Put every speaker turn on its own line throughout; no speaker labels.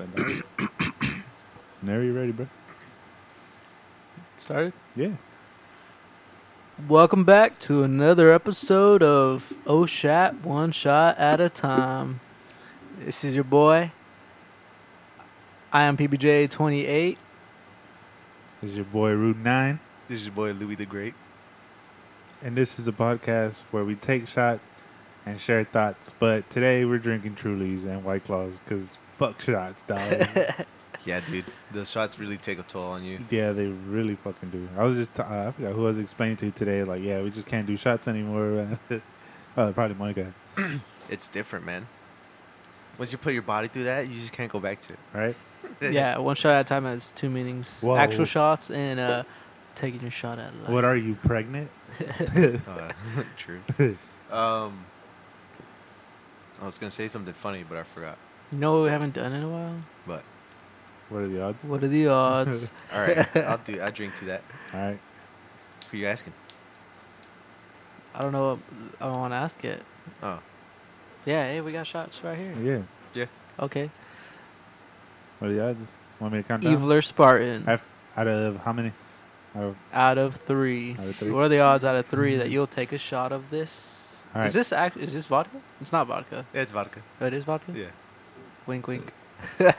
uh,
Now you ready, bro?
Started?
Yeah.
Welcome back to another episode of Oh Shot, One Shot at a Time. This is your boy. I am PBJ28.
This is your boy Root Nine,
This is your boy Louis the Great.
and this is a podcast where we take shots and share thoughts. But today we're drinking Trulies and White Claws because fuck shots, dog.
Yeah, dude. The shots really take a toll on you.
yeah, they really fucking do. I was just t- uh, I forgot who I was explaining to today. Like, yeah, we just can't do shots anymore. uh, probably Monica,
It's different, man. Once you put your body through that, you just can't go back to it.
right?
yeah, one shot at a time has two meanings
Whoa.
actual shots and uh, taking your shot at life.
What are you pregnant?
Uh, true. Um, I was going to say something funny, but I forgot.
you know what we haven't done in a while?
But,
What are the odds?
What are the odds?
all right. I'll do I'll drink to that.
All right.
Who you asking?
I don't know what I want to ask it.
Oh,
Yeah, hey, we got shots right here.
Yeah.
Okay.
What are the odds? Want me to count down?
Eviler Spartan.
I- Out of how many? Out of
out of three.
Out of three.
What are the odds out of three that you'll take a shot of this?
All right.
Is this act? Is this vodka? It's not vodka.
yeah, it's vodka.
Oh, it is vodka.
Yeah.
Wink, wink.
It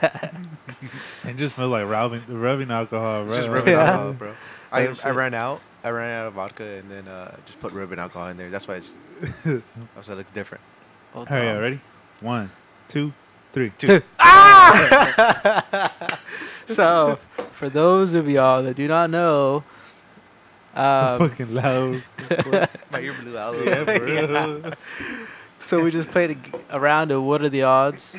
just smells like rubbing, rubbing alcohol,
It's
right?
just rubbing
Yeah.
alcohol, bro. I,
Oh,
I
shit.
ran out. I ran out of vodka and then uh, just put rubbing alcohol in there. That's why it's. That's why it looks different.
Hold
All right,
on.
y'all ready? One, two, three.
Two.
So, for those of y'all that do not know,
So
um,
fucking loud.
My ear blew out. a little
yeah,
bit.
bro. Yeah.
so we just played a, g- a round of what are the odds.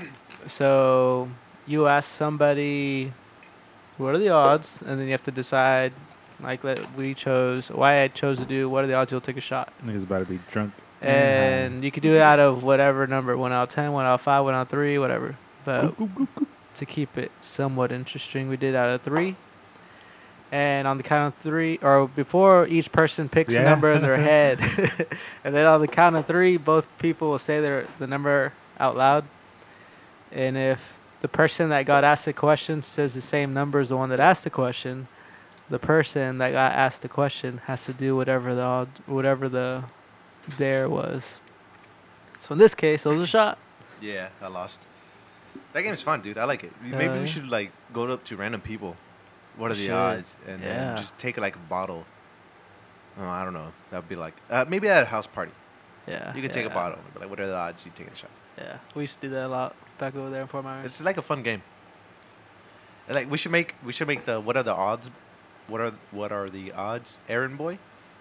So you ask somebody, what are the odds, and then you have to decide. Like let, we chose, why I chose to do. What are the odds you'll take a shot?
Niggas about to be drunk.
and you could do it out of whatever number one out of ten, one out of five, one out of three, whatever.
high.
But
Goop, goop, goop, goop.
to keep it somewhat interesting, we did out of three. And on the count of three, or before each person picks a
Yeah.
number in their head, and then on the count of three, both people will say their the number out loud. And if the person that got asked the question says the same number as the one that asked the question, the person that got asked the question has to do whatever the odd, whatever the there was. So in this case, it was a shot.
Yeah, I lost. That game is fun, dude. I like it. Maybe
yeah.
we should like go up to random people. What are the
Should.
odds? And
Yeah.
then just take like a bottle. Oh, I don't know. That'd be like uh, maybe at a house party.
Yeah.
You could take a
yeah,
bottle. But, like, what are the odds you taking a shot?
Yeah, we used to do that a lot back over there in Fort Myers.
It's like a fun game. And, like we should make we should make the what are the odds, what are what are the odds, errand boy.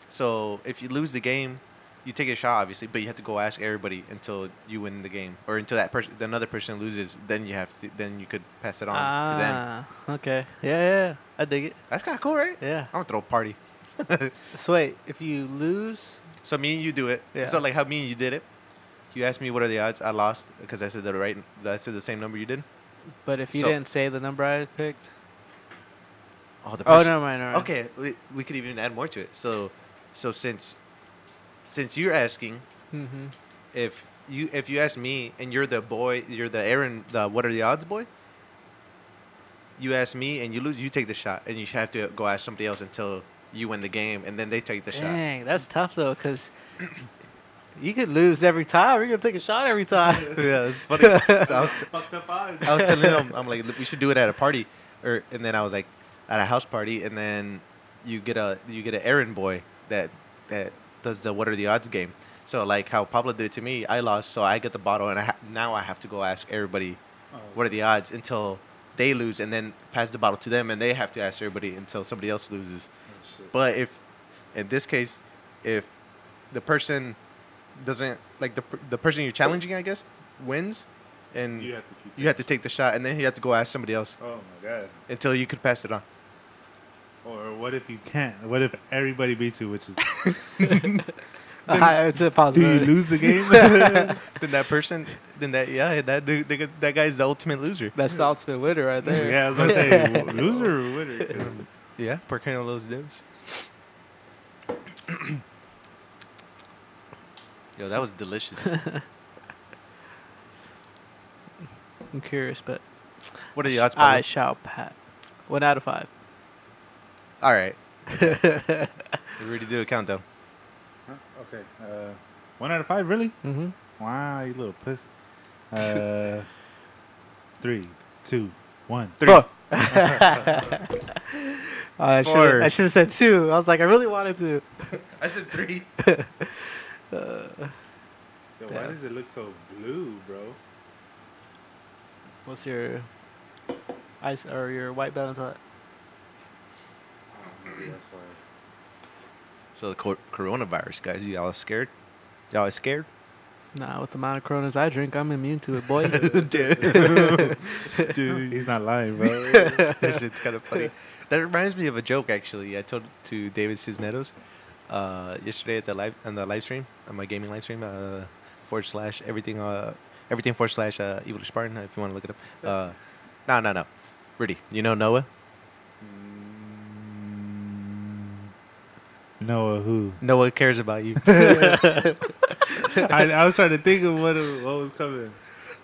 So if you lose the game, you take a shot obviously, but you have to go ask everybody until you win the game or until that person another person loses. Then you have to then you could pass it on to them.
ah, okay. Yeah, yeah, yeah. I dig it.
That's kind of cool, right?
Yeah.
I want to throw a party.
So wait, if you lose,
So me and you do it.
Yeah.
So like how me and you did it. You asked me what are the odds. I lost because I said the right. I said the same number you did.
but if you
So-
didn't say the number I picked,
Oh, the
oh, never mind. Never mind.
Okay, we, we could even add more to it. So, so since since you're asking
Mm-hmm.
if you if you ask me and you're the boy, you're the Aaron, the what are the odds boy? You ask me and you lose, you take the shot, and you have to go ask somebody else until you win the game, and then they take the shot.
Dang, that's tough though, cause you could lose every time. You're gonna take a shot every time.
yeah, it's funny. So I was t-
Fucked up odds.
I was telling them, I'm like, we should do it at a party, or and then I was like, at a house party, and then you get a you get an errand boy that that does the what are the odds game. So like how Pablo did it to me, I lost, so I get the bottle, and I ha- now I have to go ask everybody
Oh.
what are the odds until they lose, and then pass the bottle to them, and they have to ask everybody until somebody else loses. But if in this case, if the person doesn't like the per- the person you're challenging, I guess wins, and
You have to keep
you had to take the shot, and then you had to go ask somebody else
Oh my god.
until you could pass it on.
Or what if you can't? What if everybody beats you? Which is
Ah, it's a
do you
possibility.
lose the game?
Then that person, then that yeah, that dude, they, could- that guy's the ultimate loser.
That's the ultimate winner right there.
yeah, I was gonna say loser or winner. 'cause-
Yeah, por qué no los dedos? Yo, that was delicious.
I'm curious, but
What are the odds?
I
Pablo?
shall pat. One out of five.
All right. We really do a countdown.
Huh? Okay. Uh, one out of five, really?
Mm-hmm.
Wow, you little pussy. Uh, three, two, one.
Three.
I
Four.
should I should have said two. I was like, I really wanted to.
I said three.
Yo,
Yeah.
why does it look so blue, bro?
What's your ice or your white balance at?
That's why.
So the cor- coronavirus, guys. Y'all are scared? Y'all are scared?
Nah, with the amount of Coronas I drink, I'm immune to it, boy.
Dude.
He's not lying, bro.
that shit's kind of funny. That reminds me of a joke actually. I told to David Cisneros uh, yesterday at the live on the live stream on my gaming live stream uh, forward slash everything uh, everything forward slash uh, evil Spartan if you want to look it up. Uh, no no no, Rudy, you know Noah?
Mm. Noah, who?
Noah cares about you.
I, I was trying to think of what what was coming.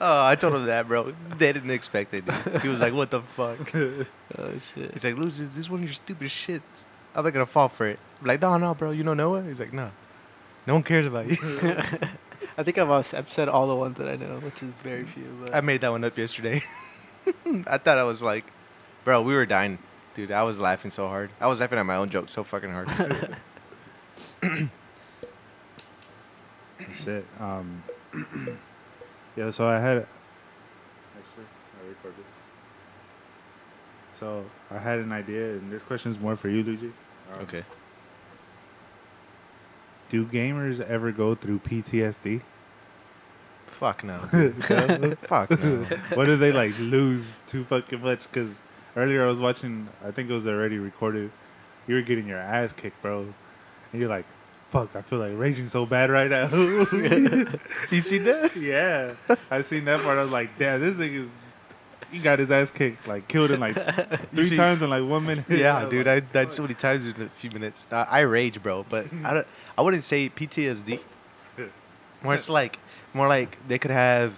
oh, I told him that, bro. They didn't expect it. Dude. He was like, "What the fuck."
oh shit.
He's like, Luz, this is one of your stupid shits. I'm not gonna fall for it. I'm like, no, no, bro, you know Noah? He's like, no. No one cares about you.
I think I've, als- I've said all the ones that I know, which is very few. But
I made that one up yesterday. I thought I was like, bro, we were dying. Dude, I was laughing so hard. I was laughing at my own joke so fucking hard.
Shit. Um. yeah. So I had. Actually, I recorded. So I had an idea, and this question's more for you, Luigi. Um, Do gamers ever go through PTSD?
Fuck no. dude. Fuck no.
what do they like lose too fucking much? Because earlier I was watching, I think it was already recorded. You were getting your ass kicked, bro, and you're like, "Fuck, I feel like raging so bad right now."
You see that?
yeah, I seen that part. I was like, "Damn, this thing is." He got his ass kicked, like killed in like
You
three
see-
times in like one minute. I
Yeah,
was
dude, I
like,
died so many times in a few minutes. I, I rage, bro, but I don't. I wouldn't say PTSD. More it's like, more like they could have,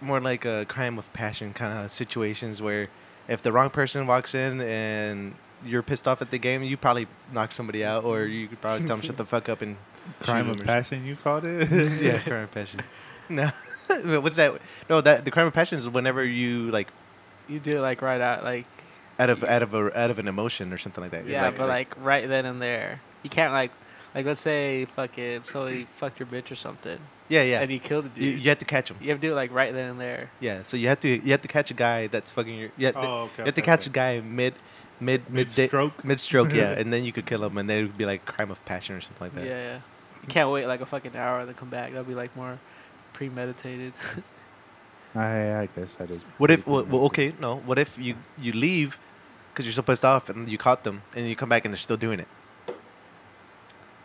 more like a crime of passion kind of situations where, if the wrong person walks in and you're pissed off at the game, you probably knock somebody out, or you could probably tell them shut the fuck up and.
crime
shoot
of
'em or
passion, you called
something.
it.
yeah, crime of passion. No, what's that? No, that the crime of passion is whenever you like
you do it like right out, like
out of out of a out of an emotion or something like that.
yeah, but like right then and there. You can't like, like let's say fucking somebody fucked your bitch or something,
yeah, yeah.
and you killed the dude.
You, you have to catch him.
You have to do it like right then and there.
Yeah, so you have to you have to catch a guy that's fucking your you have to,
Oh, okay,
you have to
okay,
catch
okay.
a guy mid mid mid
Mid-stroke?
mid stroke yeah, and then you could kill him and then it would be like crime of passion or something like
Yeah,
that.
yeah. You can't wait like a fucking hour and then come back. That'll be like more premeditated.
I, I guess that is.
What if
pretty
well, well,
convincing.
okay no what if you you leave because you're so pissed off and you caught them and you come back and they're still doing it.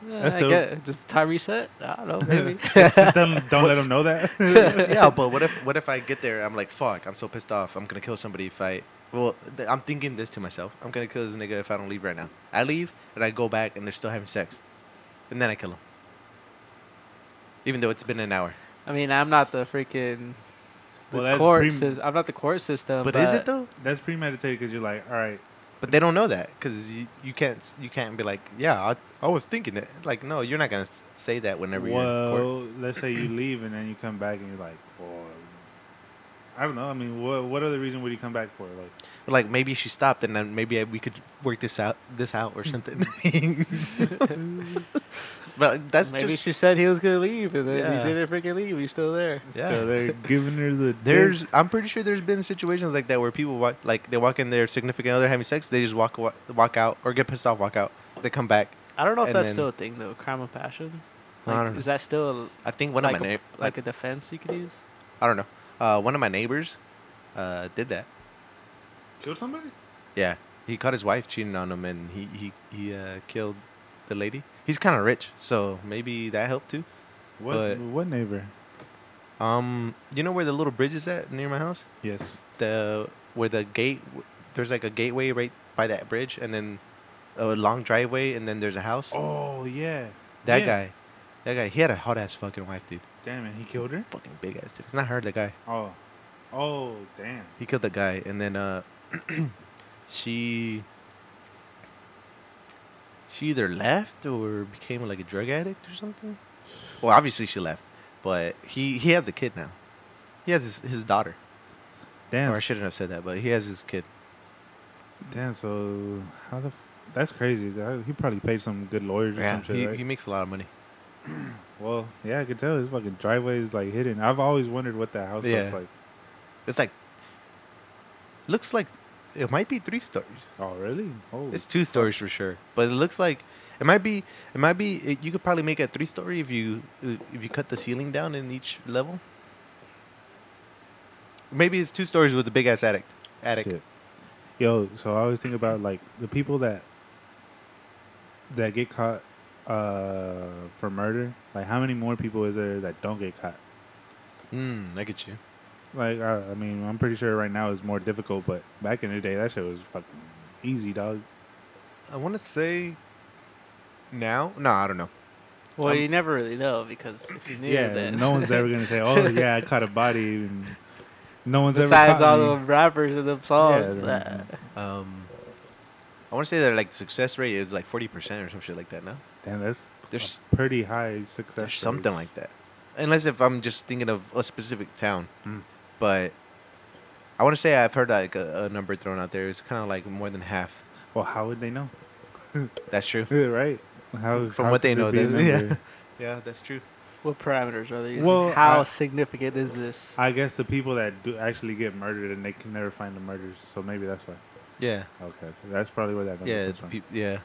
Yeah,
That's
I
dope.
get- just time reset. I don't know, maybe.
Just don't don't let them know that.
yeah, but what if what if I get there I'm like fuck I'm so pissed off I'm gonna kill somebody if I well th- I'm thinking this to myself I'm gonna kill this nigga if I don't leave right now I leave and I go back and they're still having sex and then I kill him even though it's been an hour.
I mean, I'm not the freaking. The
Well, that's
court
pre-
sys- I'm not the court system.
but is it though?
That's premeditated because you're like, all right,
But they don't know that because you, you can't you can't be like yeah I, I was thinking it like no you're not gonna s- say that whenever you're in court.
well, let's say you leave and then you come back and you're like, well, I don't know. I mean, what what other reason would you come back for? Like,
like maybe she stopped and then maybe I, we could work this out this out or something but that's
Maybe
just
she said he was gonna leave, and then
Yeah.
he didn't freaking leave. He's still there.
Yeah.
so they're giving her the dick.
there's I'm pretty sure there's been situations like that where people walk like they walk in their significant other having sex they just walk wa- walk out or get pissed off walk out they come back
I don't know if
And
that's
then-
still a thing though. Crime of passion.
I
Like,
don't know.
Is that still
I think one
like,
of my
a,
na-
like a defense you could use?
I don't know uh, one of my neighbors uh, did that
killed somebody.
Yeah, he caught his wife cheating on him, and he he he uh, killed the lady. He's kind of rich, so maybe that helped too.
What
But-
what neighbor?
Um, you know where the little bridge is at near my house?
Yes.
The where the gate, there's like a gateway right by that bridge, and then a long driveway, and then there's a house.
Oh yeah.
that
Yeah.
guy, that guy, he had a hot ass fucking wife, dude.
Damn it, he killed her.
Fucking big ass dude. It's not her, the guy.
Oh, Oh damn!
He killed the guy, and then uh, she she either left or became like a drug addict or something. Well, obviously she left, but he he has a kid now. He has his, his daughter.
Damn!
Or I shouldn't have said that, but he has his kid.
Damn! So how the? F- that's crazy. That- He probably paid some good lawyers or
Yeah,
some shit.
he,
right?
he makes a lot of money.
Well, yeah, I could tell his fucking driveway is like hidden. I've always wondered what that house
Yeah.
looks like.
It's like looks like it might be three stories.
Oh, really? Oh,
It's two stories for sure, but it looks like it might be. It might be. It, you could probably make it three story if you uh, if you cut the ceiling down in each level. Maybe it's two stories with a big ass attic. Attic.
Shit. Yo, so I always think about like the people that that get caught uh for murder. Like, how many more people is there that don't get caught?
Mm, I get you.
Like, I, I mean, I'm pretty sure right now it's more difficult, but back in the day, that shit was fucking easy, dog.
I want to say now. No, I don't know.
Well,
Um,
you never really know because if you knew
Yeah,
then
no one's ever gonna say, "Oh, yeah, I caught a body." And no one's ever.
Besides
caught
all
me.
the rappers and the songs, uh,
Yeah,
that-
Um, I want to say that like success rate is like forty percent or some shit like that. No,
Damn, that's
there's
a pretty high success.
there's
rate.
something like that. Unless if I'm just thinking of a specific town,
Mm.
but I want to say I've heard like a, a number thrown out there. It's kind of like more than half.
Well, how would they know?
That's true.
right. How,
From
how
what they
could it
know,
be a
then- yeah.
number?
Yeah, that's true.
what parameters are they using?
Well,
How
I-
significant is this?
I guess the people that do actually get murdered and they can never find the murders, so maybe that's why.
Yeah,
Okay, okay. that's probably where that number
yeah,
comes
it's
from.
peop yeah.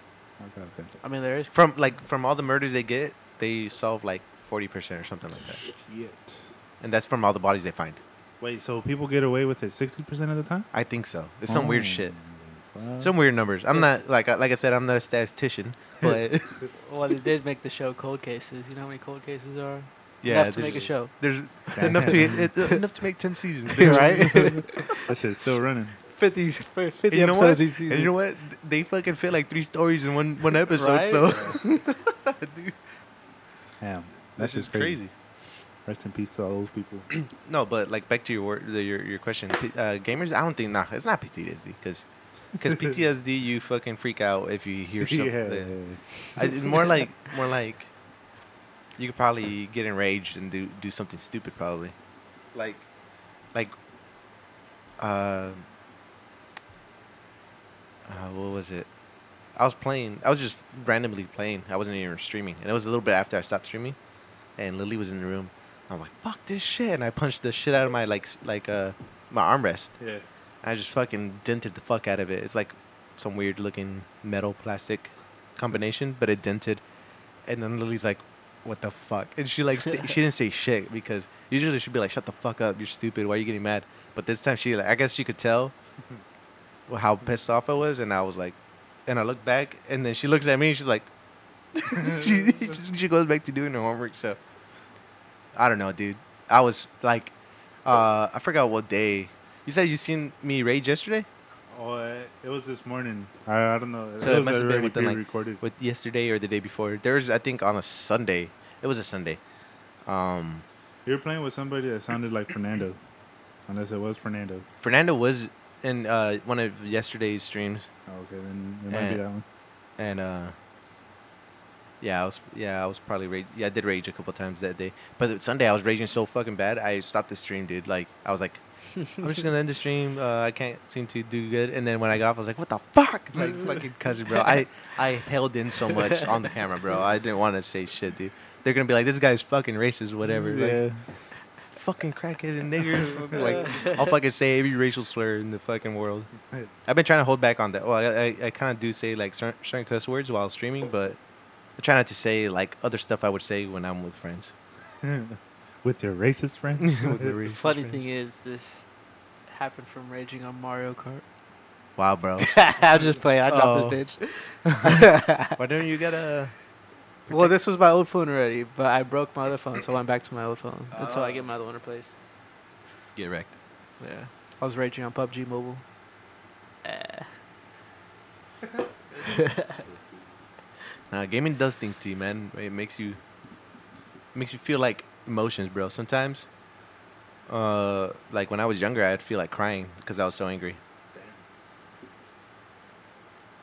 okay, okay.
I mean, there is
From like from all the murders they get, they solve like forty percent or something like that,
Shit.
and that's from all the bodies they find.
Wait, so people get away with it sixty percent of the time?
I think so. It's some weird
Oh,
shit.
fuck.
Some weird numbers. I'm not like I- like I said. I'm not a statistician, but
well, they did make the show Cold Cases. You know how many cold cases are?
yeah,
enough to
there's-
make a show.
There's
Damn.
enough to it, enough to make ten seasons, bitch, right?
that shit's still running.
50, 50
you know
episodes
what?
each season.
And you know what? They fucking fit like three stories in one one episode.
Right?
So
Damn,
that's
that's
just
just
crazy.
Rest in peace to all those people.
No, but like back to your word, the- your your question. P- uh, gamers, I don't think nah, it's not PTSD because because PTSD you fucking freak out if you hear something.
yeah, yeah,
I, it's more like more like you could probably get enraged and do do something stupid probably. Like like uh, uh what was it? I was playing. I was just randomly playing. I wasn't even streaming, and it was a little bit after I stopped streaming, and Lily was in the room. I was like, "Fuck this shit!" and I punched the shit out of my like s- like uh my armrest.
yeah. yeah.
I just fucking dented the fuck out of it. It's like some weird looking metal plastic combination, but it dented. And then Lily's like, "What the fuck?" And she like st- she didn't say shit because usually she'd be like, "Shut the fuck up, you're stupid. Why are you getting mad?" But this time she like, I guess she could tell how pissed off I was, and I was like, and I looked back, and then she looks at me, and she's like, she she goes back to doing her homework. So I don't know, dude. I was like, uh, I forgot what day. You said you seen me rage yesterday?
Oh, it- it was this morning. I, I don't know.
So it
it was
must have been
already
within, like,
pre-recorded.
with yesterday or the day before. There was, I think, on a Sunday. It was a Sunday. Um,
you were playing with somebody that sounded like Fernando, unless it was Fernando.
Fernando was in uh, one of yesterday's streams,
Oh, okay, then it might be
Eh.
that one.
and uh, yeah, I was yeah, I was probably rage. Yeah, I did rage a couple times that day. But Sunday, I was raging so fucking bad, I stopped the stream, dude. Like, I was like. I'm just gonna end the stream. Uh, I can't seem to do good. And then when I got off, I was like, "What the fuck?" Like fucking cousin, bro. I I held in so much on the camera, bro. I didn't want to say shit, dude. They're gonna be like, "This guy's fucking racist, whatever." Like,
Yeah.
fucking crackhead and nigger. like, I'll fucking say every racial slur in the fucking world. I've been trying to hold back on that. Well, I, I, I kind of do say like certain, certain cuss words while streaming, but I try not to say like other stuff I would say when I'm with friends.
with your racist friends.
With the
the
racist
funny
friends.
thing is, this happened from raging on Mario Kart.
Wow, bro.
I'm just playing. I dropped this
Oh.
bitch.
Why don't you gotta?
Well, this was my old phone already, but I broke my other phone, so I went back to my old phone until I
Ah.
get my other one replaced.
Get wrecked.
Yeah, I was raging on PUBG Mobile.
Nah, gaming does things to you, man. It makes you, makes you feel like emotions, bro. Sometimes, Uh, like when I was younger, I'd feel like crying because I was so angry.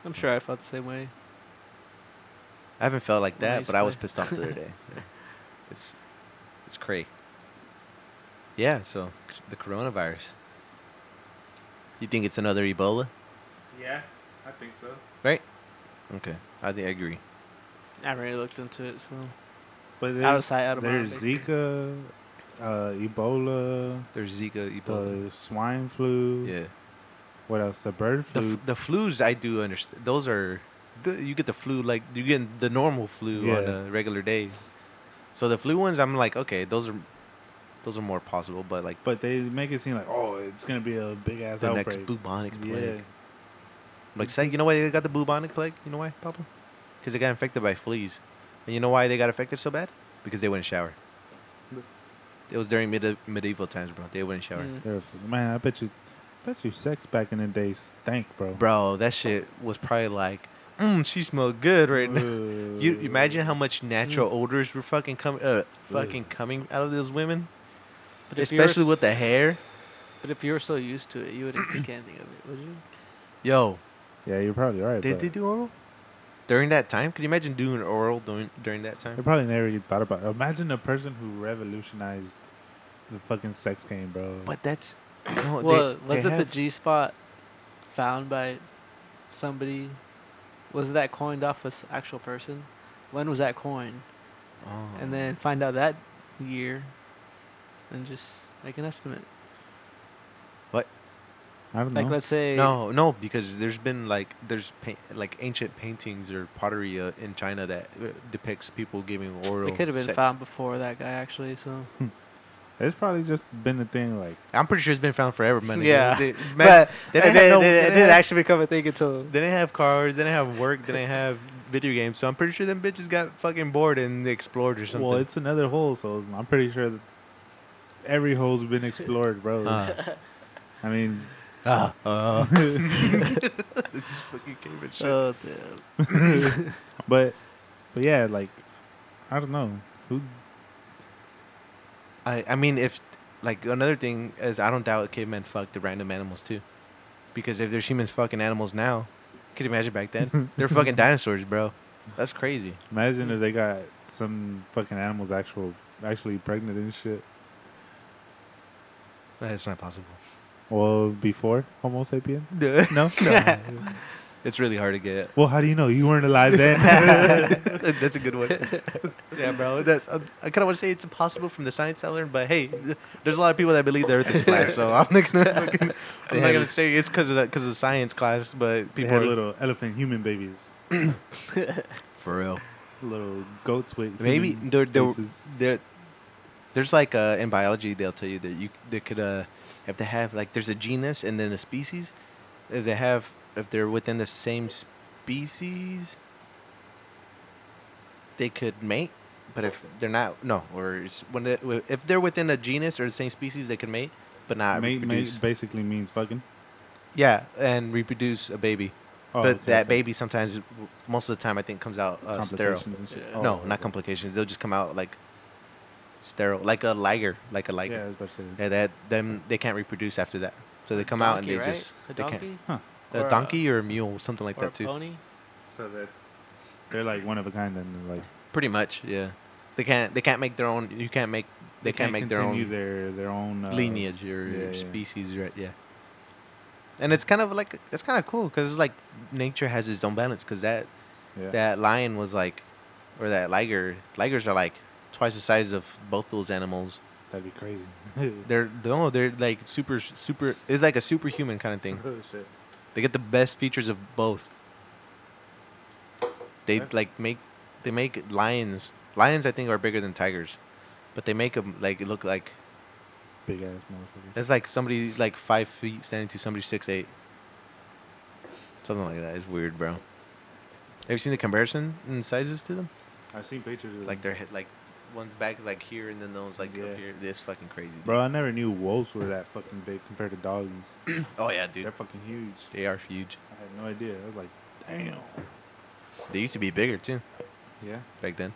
I'm sure I felt the same way.
I haven't felt like that,
Nice
but I was
play.
pissed off the other day. Yeah. It's it's cray. Yeah, so c- the coronavirus. You think it's another Ebola?
Yeah, I think so.
Okay, I think I agree.
I haven't really looked into it, so
But
out
there's,
of sight, out of mind.
there's Zika, uh, Ebola,
There's Zika, Ebola.
the swine flu.
yeah,
What else? The bird
the
flu.
f- the flus I do understand. Those are the, you get the flu like you get the normal flu on
Yeah.
a regular day. So the flu ones, I'm like, okay, those are those are more possible, but like
but they make it seem like oh, it's gonna be a big ass
the
outbreak.
next bubonic plague.
yeah,
Like, say, you know why they got the bubonic plague? You know why, Papa? Because they got infected by fleas. And you know why they got affected so bad? Because they wouldn't shower. It was during medi- medieval times, bro. They wouldn't shower.
Mm.
They're- man, I bet you, bet you, sex back in the day stank, bro.
Bro, that shit was probably like, mm, she smelled good right now.
Ooh.
You, you imagine how much natural
Mm.
odors were fucking coming, uh, fucking coming out of those women,
But if you were-
especially with the hair.
But if you were so used to it, you wouldn't think anything of it, would you?
Yo,
Yeah, you're probably right.
did
but
they do oral during that time? Could you imagine doing oral during during that
They
time?
probably never even thought about. It. Imagine the person who revolutionized the fucking sex game, bro.
But that's no, they-
well,
they
wasn't the
have-
G spot found by somebody? Was that coined off with actual person? When was that coined?
Oh.
And then find out that year, and just make an estimate.
I don't
Like
know.
let's say
No, no, because there's been like there's paint, like ancient paintings or pottery uh, in China that uh, depicts people giving oral.
it could have been
sex.
found before that guy actually. So
It's probably just been a thing. Like
I'm pretty sure it's been found forever, man.
Yeah.
they,
but
they
it didn't-
didn't have no-
it didn't-
they
it
didn't
didn't
have-
actually become a thing until
they didn't have cars, they didn't have work, they didn't have video games, so I'm pretty sure them bitches got fucking bored and they explored or something.
Well, it's another hole, so I'm pretty sure that every hole's been explored, bro.
Uh,
I mean,
uh, uh. It's just fucking cave and shit.
Oh, damn.
but but yeah, like I don't know who.
I, I mean, if like another thing is, I don't doubt cavemen fucked the random animals too, because if there's humans fucking animals now, could you imagine back then? They're fucking dinosaurs, bro. That's crazy.
Imagine if they got some fucking animals actual actually pregnant and shit.
That's not possible.
Well, before Homo sapiens,
no,
no.
it's really hard to get.
Well, how do you know you weren't alive then?
That's a good one. yeah, bro. That's, I, I kind of want to say it's impossible from the science I learned, but hey, there's a lot of people that believe the Earth is flat, so I'm not gonna. Fucking, I'm not gonna say it's because of that because of the science class, but
they
people
had
are
little elephant human babies,
for real.
little goats with
Maybe
human
there, there,
faces.
there, there's like uh, in biology they'll tell you that you they could uh, have to have like there's a genus and then a species. If they have if they're within the same species, they could mate. But if they're not, no, or it's when they, if they're within a genus or the same species, they can mate, but not
mate,
reproduce.
mate basically means fucking.
Yeah, and reproduce a baby.
Oh,
but
okay,
that
okay.
baby sometimes, most of the time, I think comes out uh, sterile.
Complications and shit.
Yeah.
Oh,
no,
okay,
not
okay.
complications. They'll just come out like sterile, like a liger, like eh. a
Yeah, I
liger.
was about to say.
Yeah, that them they can't reproduce after that, so they come out and they
Donkey, right?
just
a
they can't.
donkey
Huh.
A
Or a-
donkey or a mule, something like
or a
that too.
pony.
So that they're like one of a kind, and like
Pretty much, yeah. They can't. They can't make their own. You can't make. They, can't, make their
continue
own
their their own uh,
lineage or
yeah, yeah.
species, right? Yeah. And it's kind of like it's kind of cool because it's like nature has its own balance because that
Yeah.
that lion was like, or that liger. Ligers are like twice the size of both those animals.
That'd be crazy.
They're no, they're like super, super. It's like a superhuman kind of thing.
Oh, shit.
They get the best features of both. They
Yeah.
like make, they make lions. Lions, I think, are bigger than tigers, but they make them like look like
Big ass motherfucker.
that's like somebody like five feet standing to somebody six eight. Something like that. It's weird, bro. Have you seen the comparison in sizes to them?
I've seen pictures of
Like
them.
their head, like one's back is like here, and then the one's like
Yeah.
up here. This fucking crazy. dude.
Bro, I never knew wolves were that fucking big compared to doggies.
Oh yeah,
They're
dude.
fucking huge.
They are huge.
I had no idea. I was like, damn.
They used to be bigger too
Yeah.
back then.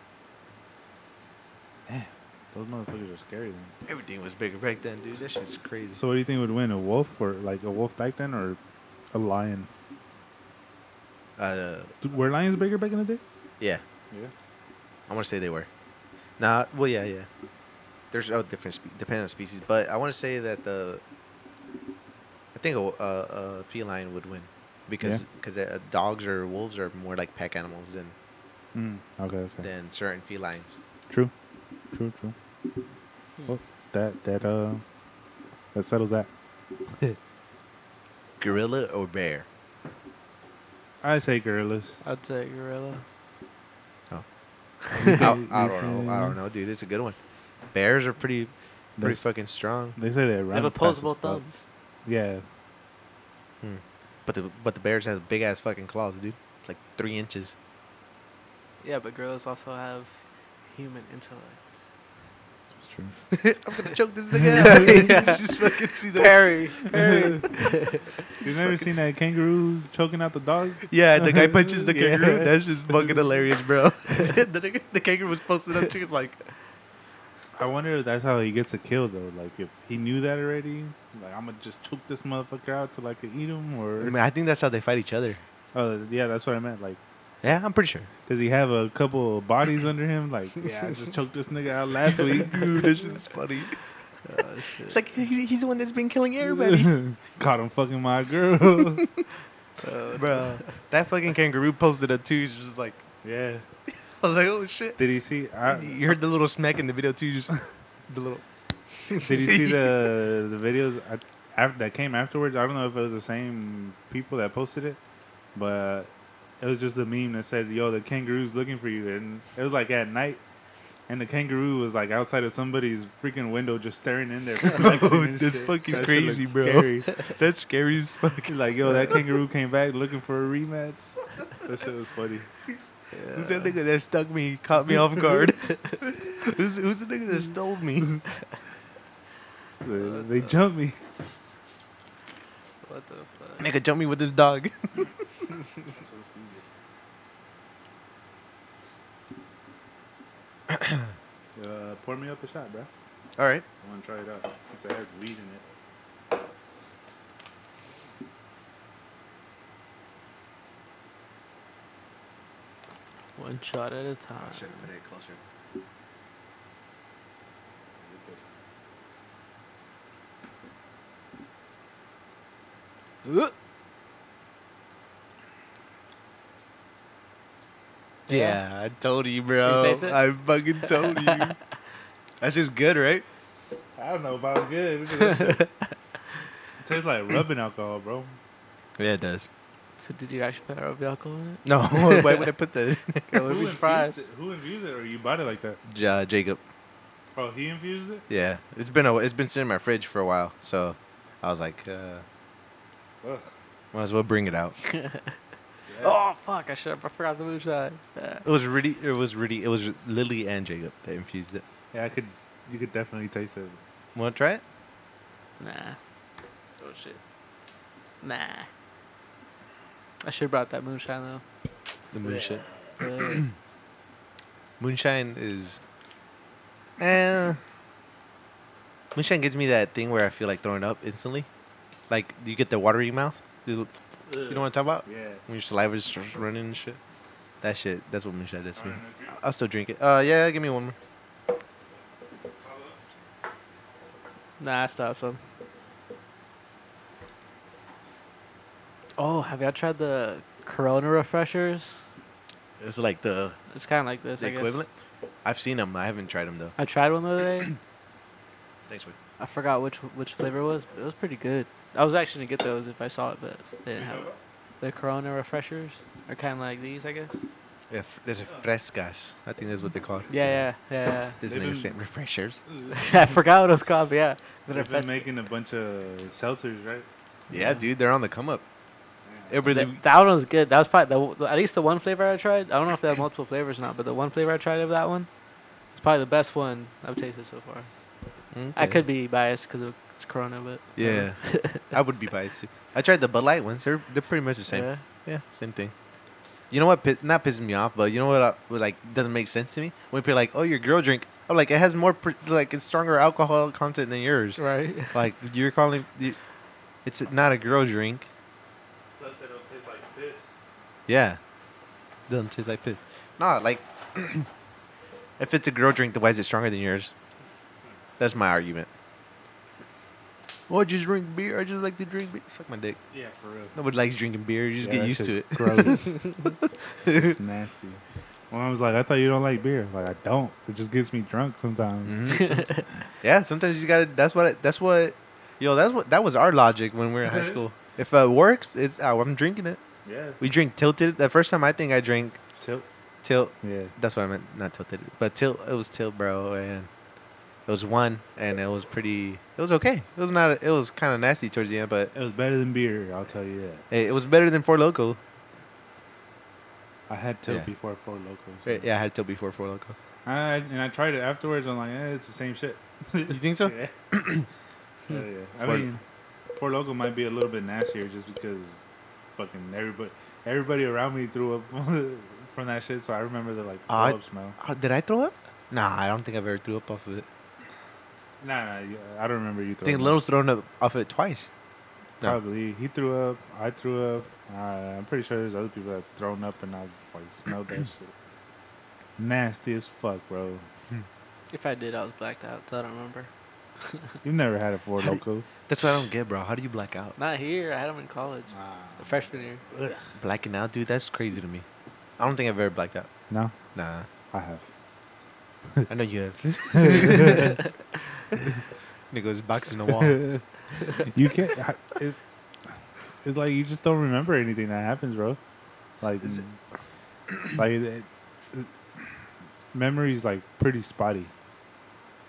Those motherfuckers are scary. Then.
Everything was bigger back then, dude. That shit's crazy.
So what do you think would win, a wolf or like a wolf back then, or a lion?
Uh,
Dude, were lions bigger back in the day?
yeah,
Yeah.
I want to say they were. Nah, well, yeah, yeah. There's oh, different spe- depending on species, but I want to say that the I think a, w- a- a feline would win because
Yeah.
because uh, dogs or wolves are more like pack animals than
Mm. Okay. Okay.
than certain felines.
True. True. True.
Hmm.
Well, that that uh that settles that.
Gorilla or bear?
I say gorillas.
I'd say gorilla.
I, I don't know. I don't know, dude. It's a good one. Bears are pretty pretty
They,
fucking strong,
they say they
They
run.
have
fast as
opposable
fuck.
thumbs.
Yeah.
but the but the bears have big ass fucking claws, dude. Like three inches.
Yeah, but gorillas also have human intellect.
That's true.
I'm gonna choke this nigga out. Just fucking see the-
Perry, Perry.
You've never seen that kangaroo choking out the dog?
Yeah, the guy punches the
Yeah.
kangaroo. That's just fucking hilarious, bro. the, nigga- the kangaroo was posted up too. It's like,
I wonder if that's how he gets a kill though. Like if he knew that already, like I'm gonna just choke this motherfucker out till I can eat him,
I,
or
mean, I think that's how they fight each other.
oh yeah, that's what I meant. Like
Yeah, I'm pretty sure.
does he have a couple of bodies under him? Like yeah, I just choked this nigga out last week.
Dude, this shit's funny.
Oh, shit.
It's like he, he's the one that's been killing everybody,
Caught him fucking my girl.
bro. That fucking kangaroo posted up too. He's just like,
yeah.
I was like, oh shit.
Did he see? I,
You heard the little smack in the video too. Just the little.
did you see the the videos I, af that came afterwards? I don't know if it was the same people that posted it, but it was just a meme that said, "Yo, the kangaroo's looking for you," and it was like at night. And the kangaroo was like outside of somebody's freaking window, just staring in there. flexing
Oh,
and
that's
shit.
fucking
That shit
crazy,
looks
bro.
scary.
That's scary as fuck.
Like, yo, that kangaroo came back looking for a rematch. That shit was funny.
Oh,
Who's that nigga that stuck me, caught me off guard? who's, who's the nigga that stole me?
They- They jumped me.
What the fuck?
nigga jumped me with his dog.
Uh, pour me up a shot, bro.
All right.
I want to try it out since it has weed in it.
One shot at a time.
put it closer.
Ooh.
Yeah, I told you, bro.
taste it?
I fucking told you. That's just good, right?
I don't know about good. Look at that shit. It tastes like rubbing alcohol, bro.
Yeah, it does.
So did you actually put rubbed alcohol in it?
No, why would I put that?
Who
I would be
infused
surprised.
it? Who infused it, or you bought it like that?
Ja, Jacob.
Oh, he infused it.
Yeah, it's been a, it's been sitting in my fridge for a while, so I was like, uh,
Ugh.
might as well bring it out.
Yeah.
Oh fuck! I should have. I forgot the Uh, moonshine. Yeah.
It was really, it was really, it was Lily and Jacob that infused it.
Yeah, I could. You could definitely taste it.
Want to try it?
Nah. Oh shit. Nah. I should have brought that moonshine
The moonshine.
though. Uh,
Moonshine is, eh. Moonshine gives me that thing where I feel like throwing up instantly, like you get the watery mouth. You you know what I'm talking about?
Yeah.
When your saliva's just running and shit. That shit. That's what moonshine does to me.
Alright, now drink.
I'll still drink it. Uh, yeah, give me one more.
nah, I stopped some. Oh, have y'all tried the Corona refreshers?
It's like the,
It's kind of like this.
the
I guess.
equivalent. I've seen them. I haven't tried them though.
I tried one the other day.
Thanks, man.
I forgot which which flavor it was. But it was pretty good. I was actually gonna get those if I saw it, but they didn't have it. The Corona refreshers are kind of like these, I guess.
Yeah, f- there's frescas. I think that's what they're called.
Yeah, yeah, yeah.
This
They've
nigga
been-
saying refreshers.
yeah. I forgot what it was called, but yeah. The
They've been
refres-
making a bunch of seltzers, right?
Yeah, dude, they're on the come up.
Yeah.
Everybody,
Th- that one was good. That was probably the, w- at least the one flavor I tried. I don't know if they have multiple flavors or not, but the one flavor I tried of that one, it's probably the best one I've tasted so far. I
Okay.
could be biased because it's Corona, but
Yeah, Um, I would be biased too. I tried the Bud Light ones. They're they're pretty much the same. Yeah,
Yeah.
same thing. You know what? Pi- not pissing me off, but you know what? I, what, like doesn't make sense to me when people are like, "Oh, your girl drink." I'm like, it has more, pr- like, it's stronger alcohol content than yours.
Right.
Like, you're calling, you, it's not a girl drink.
Plus, it don't taste like piss.
Yeah. Doesn't taste like piss. Nah, like, if it's a girl drink, then why is it stronger than yours? That's my argument. Well, I just drink beer. I just like to drink beer. Suck my dick.
Yeah, for real.
Nobody likes drinking beer. You just
Yeah,
get
that
used to it.
shit's Gross. it's nasty. Well, I was like, I thought you don't like beer. Like, I don't. It just gets me drunk sometimes.
Mhm. yeah, sometimes you gotta. That's what. it- That's what. Yo, that's what. That was our logic when we were in high school. If it works, it's. Oh, I'm drinking it.
Yeah.
We drink tilted. The first time I think I drank
Tilt.
tilt.
Yeah.
That's what I meant. Not tilted, but tilt. It was tilt, bro, and it was one, and it was pretty. It was okay. It was not. It was kind of nasty towards the end, but
It was better than beer. I'll tell you that.
it, it was better than four local.
I had tilt
Yeah.
before four locals.
Yeah, I had tilt before four local.
I, and I tried it afterwards. I'm like, eh, it's the same shit.
you think so?
Yeah. Hell yeah. I
Four-
mean, Four Loco might be a little bit nastier just because fucking everybody everybody around me threw up from that shit, so I remember the like the
Ah, I-
throw up smell.
Oh, did I throw up? Nah, I don't think I've ever threw up off of it.
Nah, nah, yeah, I don't remember you
I
throwing.
think
up.
Little's thrown up off it twice. no.
Probably he threw up. I threw up. Uh, I'm pretty sure there's other people that thrown up and I like smelled that shit. Nasty as fuck, bro.
If I did, I was blacked out. So I don't remember.
You've never had a Four
How do-
Loco.
That's what I don't get, bro. How do you black out?
Not here. I had them in college. The freshman year.
Ugh.
Blacking out, dude, that's crazy to me. I don't think I've ever blacked out.
No,
Nah,
I have.
I know you have. Niggas boxing the wall.
You can't. I- It, it's like you just don't remember anything that happens, bro. Like, mm,
Is it-
like it, it- memory's like pretty spotty.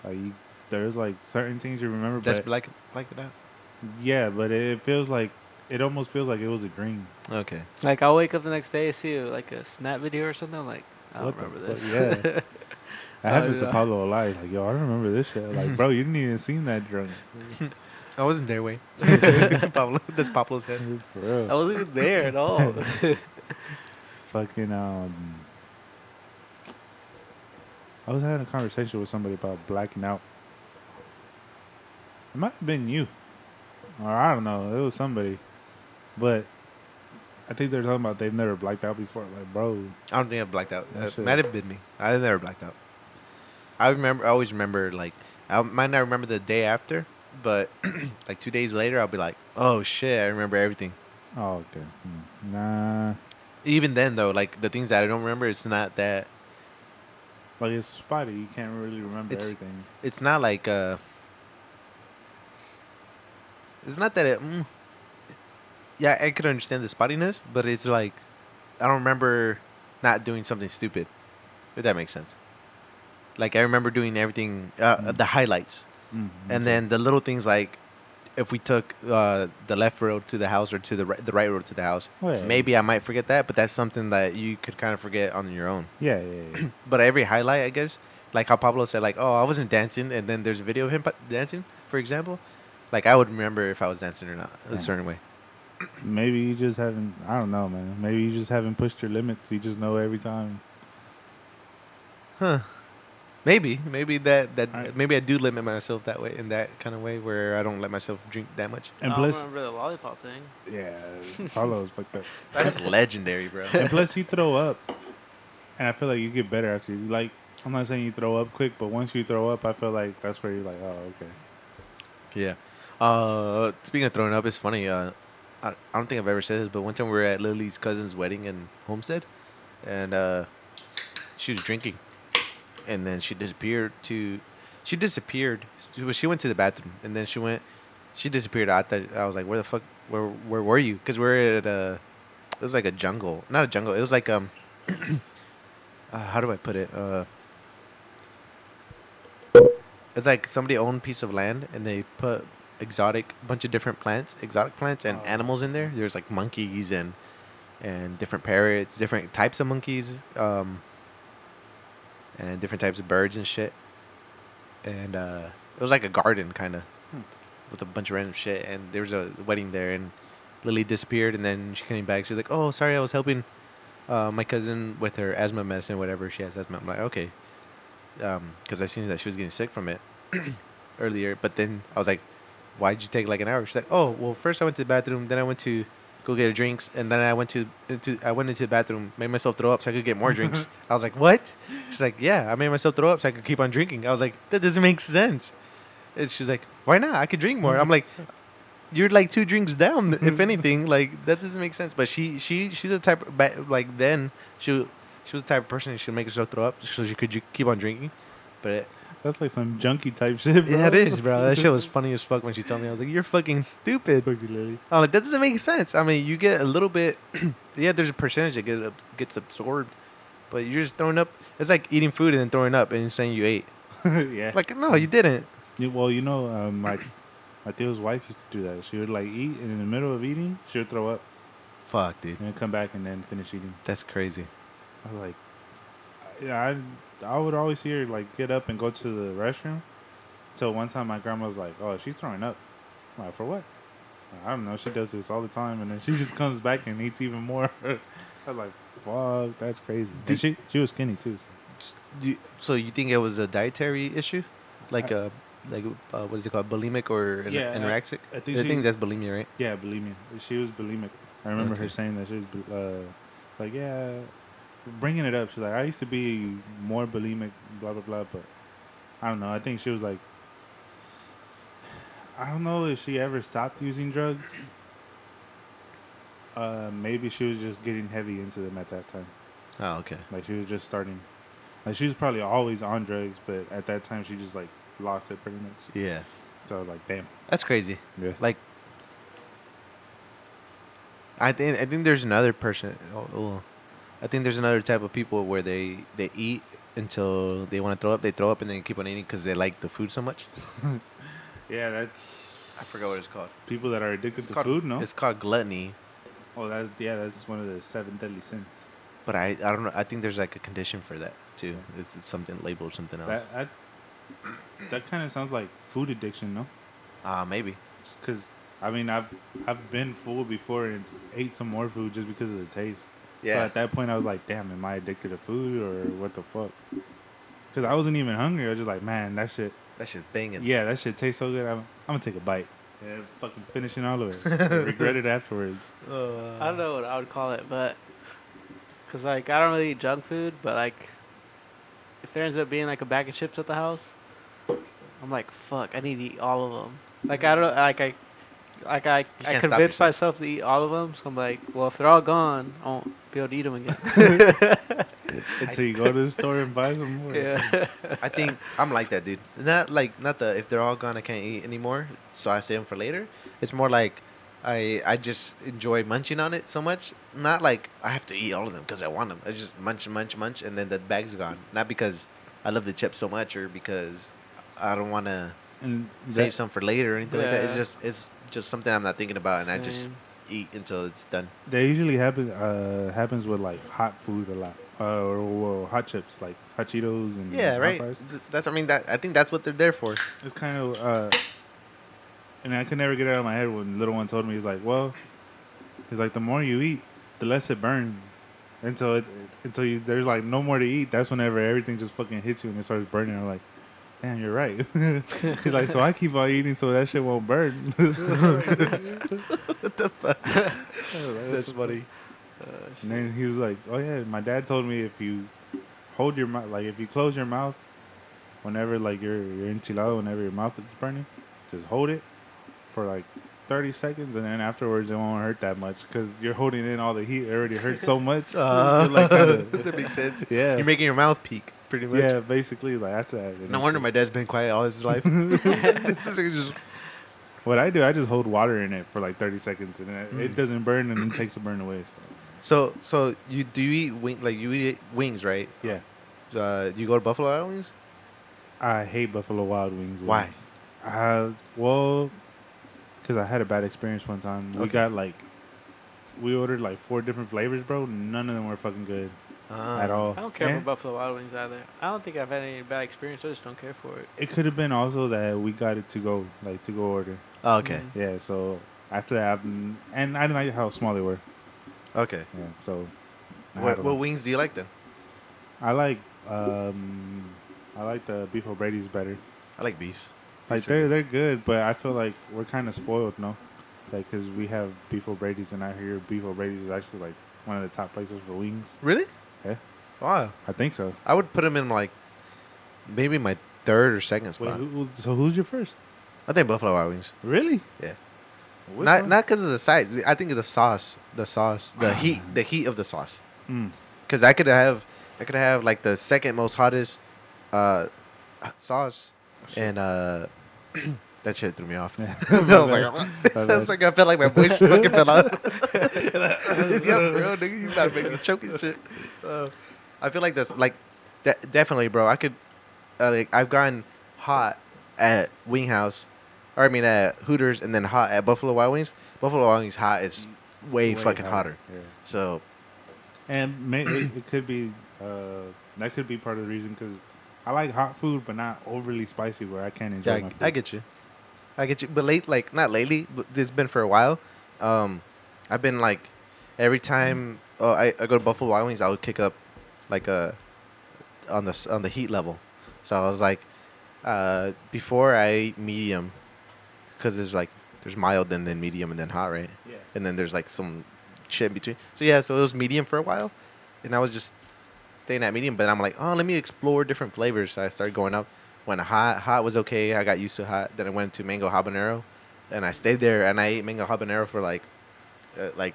Like you, there's like certain things you remember,
That's
but
black, blacking out.
yeah, but it, it feels like it almost feels like it was a dream.
Okay.
Like I'll wake up the next day and see like a snap video or something. I'm like I don't
What the
remember
fuck?
this. uh,
Yeah. That happens to
yeah.
Pablo a lot. Like, yo, I don't remember this shit. Like, bro, you didn't even seen that drunk.
I wasn't there, way. Pablo, that's Pablo's head.
For real.
I wasn't even there at all.
fucking um I was having a conversation with somebody about blacking out. It might have been you. Or I don't know, it was somebody. But I think they're talking about they've never blacked out before. Like, bro,
I don't think I've blacked out.
That
Uh,
shit-
might have been me. I never blacked out. I remember. I always remember. Like I might not remember the day after, but like two days later, I'll be like, "Oh shit, I remember everything."
oh okay. Hmm. Nah.
Even then, though, like the things that I don't remember, it's not that.
Like it's spotty, you can't really remember
It's-
everything.
It's not like. uh It's not that it. Mm, yeah, I could understand the spottiness, but it's like, I don't remember not doing something stupid, if that makes sense. Like I remember doing everything, uh,
Mm.
the highlights.
Mm, okay.
And then the little things like if we took uh, the left road to the house or to the right, the right road to the house,
Oh, yeah.
maybe I might forget that, but that's something that you could kind of forget on your own.
Yeah, yeah, yeah.
But every highlight, I guess, like how Pablo said, like, oh, I wasn't dancing, and then there's a video of him pa- dancing, for example. Like I would remember if I was dancing or not a
Yeah.
certain way.
Maybe you just haven't. I don't know, man. Maybe you just haven't pushed your limits. You just know every time.
Maybe, maybe that that
Alright.
maybe I do limit myself that way in that kind of way where I don't let myself drink that much.
And
I don't
plus,
remember the lollipop thing.
yeah, Paulo's fucked up.
That's legendary, bro.
And plus, you throw up, and I feel like you get better after you. Like, I'm not saying you throw up quick, but once you throw up, I feel like that's where you're like, oh, okay.
Yeah. Uh, speaking of throwing up, it's funny. Uh, I, I don't think I've ever said this, but one time we were at Lily's cousin's wedding in Homestead, and uh, she was drinking, and then she disappeared to, she disappeared. She, well, she went to the bathroom, and then she went, she disappeared. I thought, I was like, where the fuck, where where were you? Because we we're at a, it was like a jungle, not a jungle. It was like um, uh, how do I put it? Uh, it's like somebody owned piece of land and they put exotic bunch of different plants, exotic plants and
Oh.
animals in there. There's like monkeys and and different parrots, different types of monkeys, um, and different types of birds and shit. And uh, it was like a garden kind of
Hmm.
with a bunch of random shit. And there was a wedding there, and Lily disappeared, and then she came back. She's like, "Oh, sorry, I was helping uh, my cousin with her asthma medicine, whatever she has asthma." I'm like, "Okay." because I seen that she was getting sick from it earlier. But then I was like, "Why did you take like an hour?" She's like, "Oh, well, first I went to the bathroom, then I went to go get a drinks, and then I went to, into I went into the bathroom, made myself throw up so I could get more drinks." I was like, "What?" She's like, "Yeah, I made myself throw up so I could keep on drinking." I was like, "That doesn't make sense." And she's like, "Why not? I could drink more." I'm like. You're like two drinks down, if anything. Like that doesn't make sense. But she, she, she's the type. Of, ba- like then she, she was the type of person that she'd make herself throw up, so she could ju- keep on drinking. But it,
That's like some junkie type shit, bro.
yeah, it is, bro. That shit was funny as fuck when she told me. I was like, "You're fucking stupid."
Fucking lady.
I'm like, "That doesn't make sense." I mean, you get a little bit. yeah, there's a percentage that gets ab- gets absorbed, but you're just throwing up. It's like eating food and then throwing up and saying you ate.
yeah.
Like, no, you didn't.
Yeah, well, you know, um, my my Theo's wife used to do that. She would like eat, and in the middle of eating, she would throw up,
Fuck, dude.
and then come back and then finish eating.
That's crazy.
I was like, yeah, I I would always hear like get up and go to the restroom. So one time, my grandma was like, "Oh, she's throwing up." I'm like, for what? I don't know. She does this all the time, and then she just comes back and eats even more. I was like, "Fuck, that's crazy." And
Did-
she she was skinny too. So.
You- so you think it was a dietary issue, like a like uh, what is it called, bulimic or an-
Yeah, I-
anorexic?
I think
I
she-
think that's bulimia, right?
Yeah, believe me, she was bulimic. I remember her
Okay.
saying that she was bu- uh, like, yeah, bringing it up. She's like, I used to be more bulimic, blah blah blah. But I don't know. I think she was like, I don't know if she ever stopped using drugs. Uh, maybe she was just getting heavy into them at that time.
Oh, okay.
Like she was just starting. Like she was probably always on drugs, but at that time she just like lost it pretty much.
Yeah,
So I was like, damn.
that's crazy.
Yeah.
like I think I think there's another person. Oh, oh. I think there's another type of people where they they eat until they want to throw up. They throw up and then keep on eating because they like the food so much.
Yeah, that's.
I forgot what it's called.
People that are addicted
It's
to
called
food, no?
It's called gluttony.
Oh, that's yeah. That's one of the seven deadly sins.
But I I don't know. I think there's like a condition for that too. It's, it's something labeled something else.
That that, that kind of sounds like food addiction, no?
Ah, maybe.
Because I mean, I've I've been fooled before and ate some more food just because of the taste. So at that point, I was like, "Damn, am I addicted to food or what the fuck?" Because I wasn't even hungry. I was just like, "Man, that shit.
that's just banging.
Yeah, that shit tastes so good. I'm, I'm gonna take a bite." Yeah, fucking finishing all of it. Regret it afterwards.
I
Uh,
Uh.
don't know what I would call it, but because like I don't really eat junk food, but like if there ends up being like a bag of chips at the house, I'm like, fuck, I need to eat all of them. Like I don't like I. Like I, I
can't stop
convinced
yourself.
myself to eat all of them, so I'm like, well, if they're all gone, I won't be able to eat them again.
Until you go to the store and buy some more.
yeah,
I think I'm like that, dude. Not like not the if they're all gone, I can't eat anymore, so I save them for later. It's more like I I just enjoy munching on it so much. Not like I have to eat all of them because I want them. I just munch, munch, munch, and then the bag's gone. Not because I love the chip so much or because I don't want to
And
save
that-
some for later or anything like that. It's
Yeah.
just it's just something I'm not thinking about, and I just
Same.
eat until it's done.
That usually happens uh, happens with like hot food a lot, uh, or well, hot chips like hot Cheetos and
Yeah,
hot
right.
fries.
Th- That's I mean that I think that's what they're there for.
It's kind of, uh, and I could never get it out of my head when little one told me he's like, well, he's like the more you eat, the less it burns, until it until you there's like no more to eat. That's whenever everything just fucking hits you and it starts burning. I'm like. Damn, you're right. He's like, so I keep on eating so that shit won't burn.
what the fuck? that's funny.
And then he was like, "Oh yeah, my dad told me if you hold your mouth, like if you close your mouth, whenever like you're you're enchilado, whenever your mouth is burning, just hold it for like 30 seconds, and then afterwards it won't hurt that much because you're holding in all the heat. It already hurts so much.
Uh,
It, like, kinda-
that makes sense.
yeah,
You're making your mouth peak, pretty much.
yeah, basically like after that. it
No
is-
wonder my dad's been quiet all his life. Just-
What I do, I just hold water in it for like 30 seconds, and then it, it doesn't burn, and it takes the burn away. So,
so, so you do you eat wing like you eat wings, right?
yeah,
Uh, you go to Buffalo Wild Wings.
I hate Buffalo Wild Wings.
Why?
wings. Uh, well, because I had a bad experience one time. We
Okay.
got like, we ordered like four different flavors, bro. None of them were fucking good
Uh,
Ah. at all.
I don't care for
And
Buffalo Wild Wings either. I don't think I've had any bad experience. I just don't care for it.
It could have been also that we got it to go, like to go order.
Oh, okay,
Mm.
Yeah. So after that, I've, and I didn't like how small they were.
okay.
Yeah. So Mm-hmm. I
What,
had
what
them.
wings do you like then?
I like um, I like the beef O'Brady's better.
I like beefs.
Like
Beefs are
they're
good.
they're good, but I feel like we're kind of spoiled, no? Like, cause we have beef O'Brady's, and out here beef O'Brady's is actually like one of the top places for wings.
really.
Yeah.
Wow.
I think so.
I would put them in like maybe my third or second
Wait,
spot.
who, who- so who's your first?
I think Buffalo Wild Wings.
Really?
Yeah.
Which
not
one? Ah.
not because of the size. I think of the sauce, the sauce, the heat, the heat of the sauce.
Mm.
Because I could have, I could have like the second most hottest uh, sauce, and uh, that shit threw me off.
Yeah.
I was like, I was like, I felt like my voice fucking fell out. yeah, for real, nigga, you about to make me choke and shit. Uh, I feel like that's like, de- definitely, bro. I could, uh, like, I've gotten hot at Wing House, or I mean at Hooters, and then hot at Buffalo Wild Wings. Buffalo Wild Wings hot is way, fucking hotter.
Yeah.
So
And may, it, it could be uh, that could be part of the reason because I like hot food, but not overly spicy where I can't enjoy
yeah,
my food.
I, I get you, I get you. But late, like not lately, but it's been for a while. Um, I've been like, every time oh, I, I go to Buffalo Wild Wings, I would kick up, like a, on the s- on the heat level. So I was like, uh, before I eat medium, because there's like there's mild and then medium and then hot, right?
yeah.
and then there's like some shit in between. So yeah, so it was medium for a while, and I was just s- staying at medium. But I'm like, oh, let me explore different flavors. So I started going up. Went hot, hot was okay. I got used to hot. Then I went to mango habanero, and I stayed there and I ate mango habanero for like, uh, like,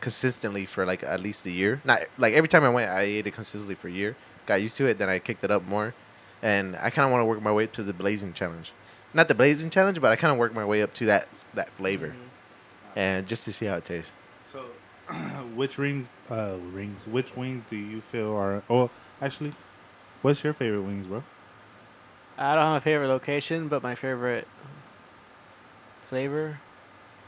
consistently for like at least a year. Not like every time I went, I ate it consistently for a year. Got used to it. Then I kicked it up more, and I kind of want to work my way up to the blazing challenge. Not the blazing challenge, but I kind of work my way up to that that flavor,
Mm-hmm.
and just to see how it tastes.
So, which rings? Uh, rings. Which wings do you feel are? Oh, actually, what's your favorite wings, bro?
I don't have a favorite location, but my favorite flavor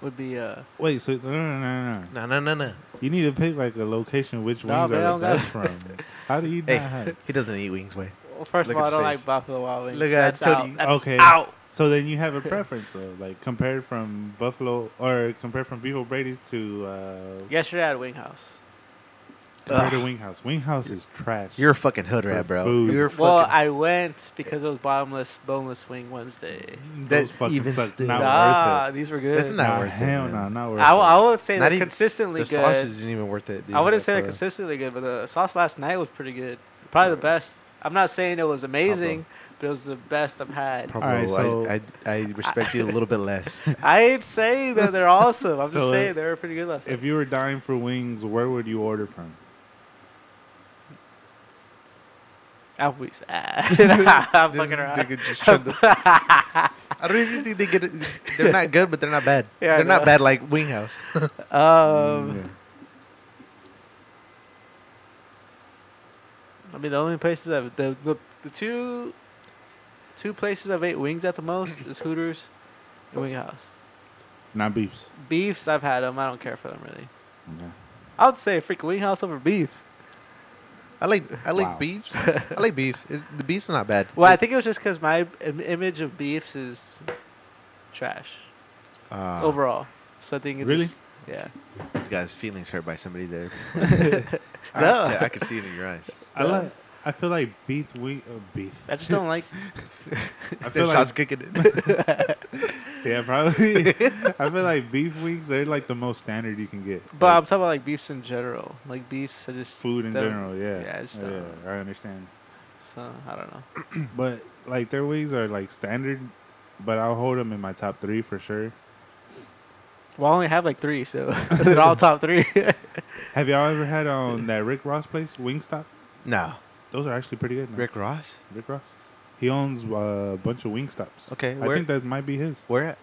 would be uh.
Wait, so no, no, no, no, no.
No, no, no, no.
You need to pick like a location. Which
No,
wings
but I
are
don't
the
got
best from? How do you not
Hey.
have?
He doesn't eat wings, way.
Well, first
Look
of all, I
at
don't
his
like Buffalo Wild Wings.
Look at
That's
Tony.
out. That's
Okay.
out.
So then you have a preference of like compared from Buffalo or compared from Beef Brady's to uh,
Yesterday at Wing House.
compared to
Ugh.
Wing House. Wing House is trash.
You're a fucking hood
For
rat, bro.
food.
You're a fucking.
Well, I went because it was bottomless, boneless wing Wednesday.
Those
That's
fucking
even
suck.
still-
Not
Nah,
worth
these were good.
That's
it.
not
Nah,
worth it,
hell
man.
no, not worth
I,
it.
I would say
Not
they're
even-
consistently
the
good.
sauce isn't even worth it. dude.
I wouldn't say
Like,
they're
for real.
consistently good, but the sauce last night was pretty good. Probably the best. I'm not saying it was amazing, but it was the best I've had.
Pablo,
Alright, so-
I, I, I respect you a little bit less.
I ain't saying that they're awesome. I'm
So,
just
uh,
saying they were pretty good last night.
If you were dying for wings, where would you order from?
At Wings. Ah, I'm
This
fucking around.
nigga just shut the- I don't even think they get. It. They're not good, but they're not bad.
Yeah, I
they're not
know.
bad like Wing House.
Um,
Yeah.
I mean, the only places I've the, the the two two places I've ate wings at the most is Hooters and Wing House.
Not beefs.
Beefs, I've had them. I don't care for them really.
Okay.
I would say freaking Wing House over beefs.
I like I like
Wow.
beefs. I like beefs. It's, the beefs are not bad.
Well, I think it was just because my Im- image of beefs is trash
uh,
overall. So I think it's
Ah. Really?
yeah.
ah, this guy's feelings hurt by somebody there. I,
No.
could te- I could see it in your eyes.
I like. I feel like beef. We uh, beef.
I just don't like.
I
Their
feel
shots
like
kicking it.
yeah, probably. I feel like beef wings. They're like the most standard you can get.
But I'm
Like,
talking about like beefs in general. Like beefs, I just
food in
don't-
general. Yeah.
yeah, I just don't-
yeah, I understand.
So I don't know.
But like their wings are like standard. But I'll hold them in my top three for sure.
Well, I only have like three, so they're all top three.
Have y'all ever had on that Rick Ross place, Wingstop?
no,
Those are actually pretty good. man.
Rick Ross.
Rick Ross. He owns uh, a bunch of Wingstops.
Okay,
I
where-
think that might be his.
Where at?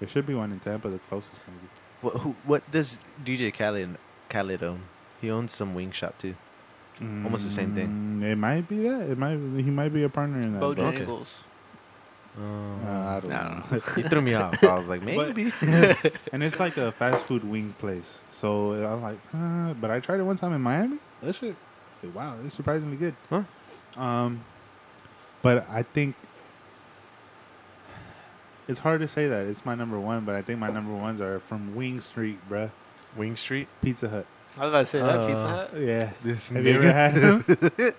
There should be one in Tampa, the closest maybe.
What, who, what does DJ Khaled, Khaled own? He owns some wing shop too. Almost the same thing.
Mm, It might be that. It might. He might be a partner in that. but-
Okay.
Bojangles.
Uh, I don't
I
know.
don't know.
he threw me off. I was like,
But-
maybe.
and it's like a fast food wing place. So I'm like, huh, but I tried it one time in Miami. That shit, wow, it's surprisingly good.
Huh.
Um, but I think it's hard to say that it's my number one. But I think my number ones are from Wing Street, bruh.
wing Street.
Pizza Hut.
I was about to say that Pizza
Uh,
Hut.
Yeah,
This
Have you ever had them?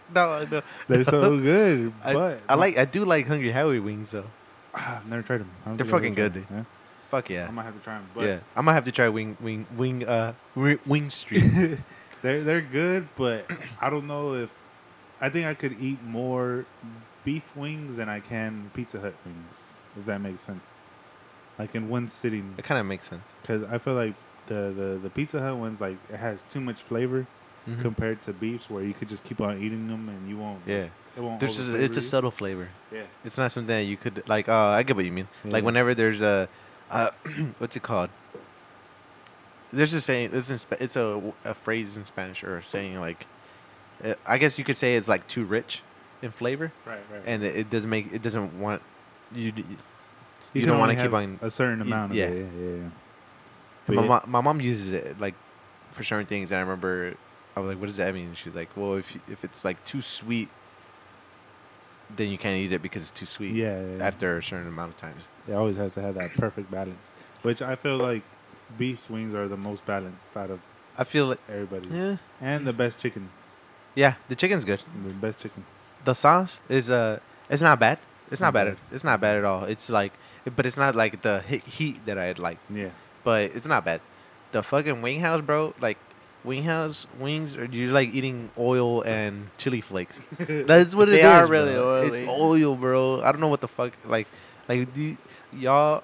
no, no.
they're so good.
I,
but
I like I do like Hungry Howie wings though.
I've never tried them. I don't
They're
think I've
fucking
ever
good,
tried them.
Fuck
Yeah, I
yeah.
might have to try them. But
yeah. I might have to try wing wing wing uh wi- wing street.
They're they're good, but I don't know if I think I could eat more beef wings than I can Pizza Hut wings, if that makes sense. Like in one sitting,
it kind of makes sense.
because I feel like the, the the Pizza Hut ones like it has too much flavor
Mhm.
compared to beefs, where you could just keep on eating them and you won't.
Yeah.
it won't.
There's just
overflavor
it's a
you.
subtle flavor.
Yeah,
It's not something that you could like. Uh, I get what you mean. Like
Yeah.
whenever there's a, uh, what's it called? There's a saying. It's in, Spa- it's a, a phrase in Spanish or a saying like, uh, I guess you could say it's like too rich in flavor,
right, right.
and it, it doesn't make it doesn't want you. d- you
can
don't wanna
only
keep
have
on-
a certain
you-
amount
yeah.
of it. Yeah, yeah, yeah. But
My
yeah,
mom, my mom uses it like for certain things. And I remember I was like, "What does that mean?" And she's like, "Well, if you- if it's like too sweet, then you can't eat it because it's too sweet."
yeah, yeah, yeah.
After a certain amount of times.
It always has to have that perfect balance, which I feel like beef wings are the most balanced out of
I feel like
everybody,
yeah,
and the best chicken,
yeah. The chicken's good.
the best chicken.
The sauce is uh, it's not bad. It's not bad. at- It's not bad at all. It's like, but it's not like the hit heat that I like.
Yeah,
But it's not bad. The fucking wing house, bro. Like, wing house wings are you like eating oil and chili flakes? That's what it is.
They are really
bro. It's
oily.
oil, bro. I don't know what the fuck. Like, like do y- all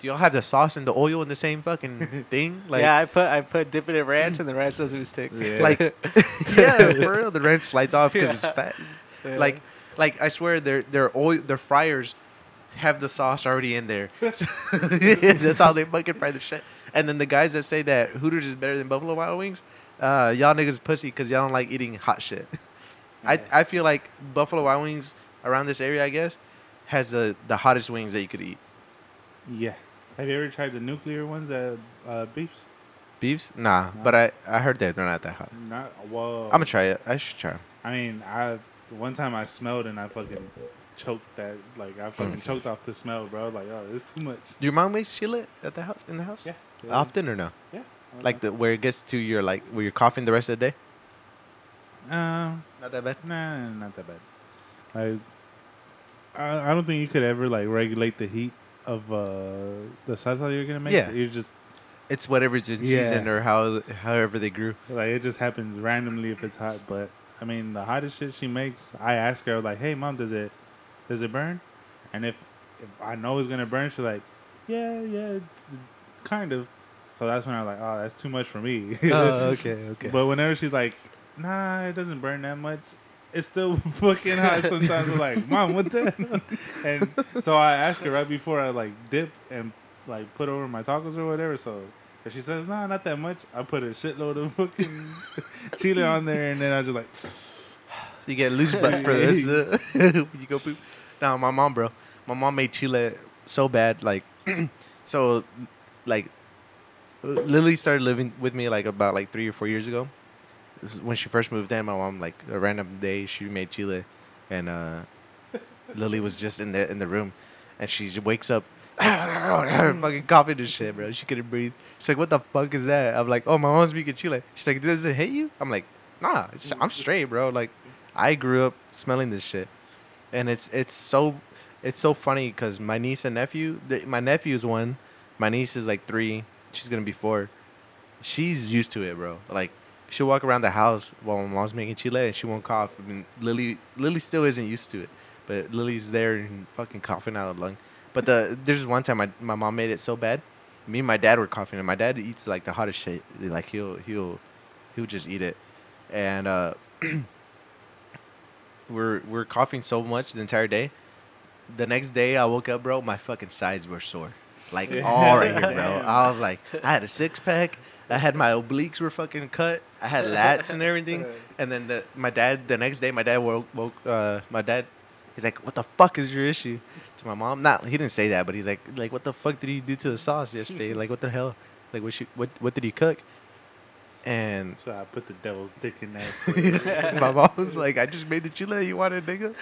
do y'all have the sauce and the oil in the same fucking thing? Like,
yeah, I put I put dip it in ranch and the ranch doesn't stick.
Yeah.
like yeah, for real. The ranch slides off because it's
Yeah.
fat. Like, like I swear, their their oil their fryers have the sauce already in there. So- That's how they fucking fry the shit. And then the guys that say that Hooters is better than Buffalo Wild Wings, uh, y'all niggas pussy because y'all don't like eating hot shit. I I feel like Buffalo Wild Wings around this area, I guess, has the the hottest wings that you could eat.
yeah. Have you ever tried the nuclear ones at uh, beefs?
Beefs? Nah,
Nah.
but I I heard that they're not that hot.
Not well.
I'm gonna try it. I should try. 'em.
I mean, I one time I smelled and I fucking choked that. Like I fucking choked off the smell, bro. Like oh, it's too much.
Do your mom makes chili at the house in the house?
Yeah.
Often or no?
Yeah.
Like the where it gets to your like where you're coughing the rest of the day?
Um.
Not that bad.
Nah, not that bad. Like, I, I don't think you could ever like regulate the heat of uh the salsa you're gonna make.
Yeah.
you just
It's whatever's in
Yeah.
season or how however they grew.
like it just happens randomly if it's hot. But I mean, the hottest shit she makes, I ask her like, "Hey, mom, does it does it burn?" And if if I know it's gonna burn, she's like, "Yeah, yeah, it's kind of." So that's when I'm like, "Oh, that's too much for me."
Oh, okay.
But whenever she's like, nah, it doesn't burn that much, it's still fucking hot sometimes. I'm like, mom, what the hell? And so I ask her right before I like dip and like put over my tacos or whatever. So if she says, nah, not that much, I put a shitload of fucking chili on there and then I just like,
you get loose butt for the rest of the you go poop. Now my mom, bro, my mom made chile so bad, like so, like Lily started living with me like about like three or four years ago. This is when she first moved in, my mom like a random day she made chile, and uh, Lily was just in there in the room, and she wakes up. fucking coughing and shit, bro. She couldn't breathe. She's like, "What the fuck is that?" I'm like, "Oh, my mom's speaking chile." She's like, "Does it hit you?" I'm like, "Nah, it's, I'm straight, bro." Like, I grew up smelling this shit, and it's it's so it's so funny because my niece and nephew, the, my nephew's one, my niece is like three, she's gonna be four, she's used to it, bro. Like she'll walk around the house while my mom's making chile and she won't cough. I mean, Lily Lily still isn't used to it, but Lily's there and fucking coughing out of lung. But the there's one time my my mom made it so bad, me and my dad were coughing, and my dad eats like the hottest shit. Like he'll he'll he'll just eat it, and uh, we're we're coughing so much the entire day. The next day I woke up, bro, my fucking sides were sore. Like all right here, bro. I was like, I had a six pack. I had my obliques were fucking cut. I had lats and everything. And then the my dad the next day, my dad woke, woke uh, my dad. He's like, "What the fuck is your issue?" To my mom, not he didn't say that, but he's like, "Like what the fuck did he do to the sauce yesterday? Like what the hell? Like what she, what what did he cook?" and
So I put the devil's dick in that.
my mom was like, I just made the chile you wanted, nigga.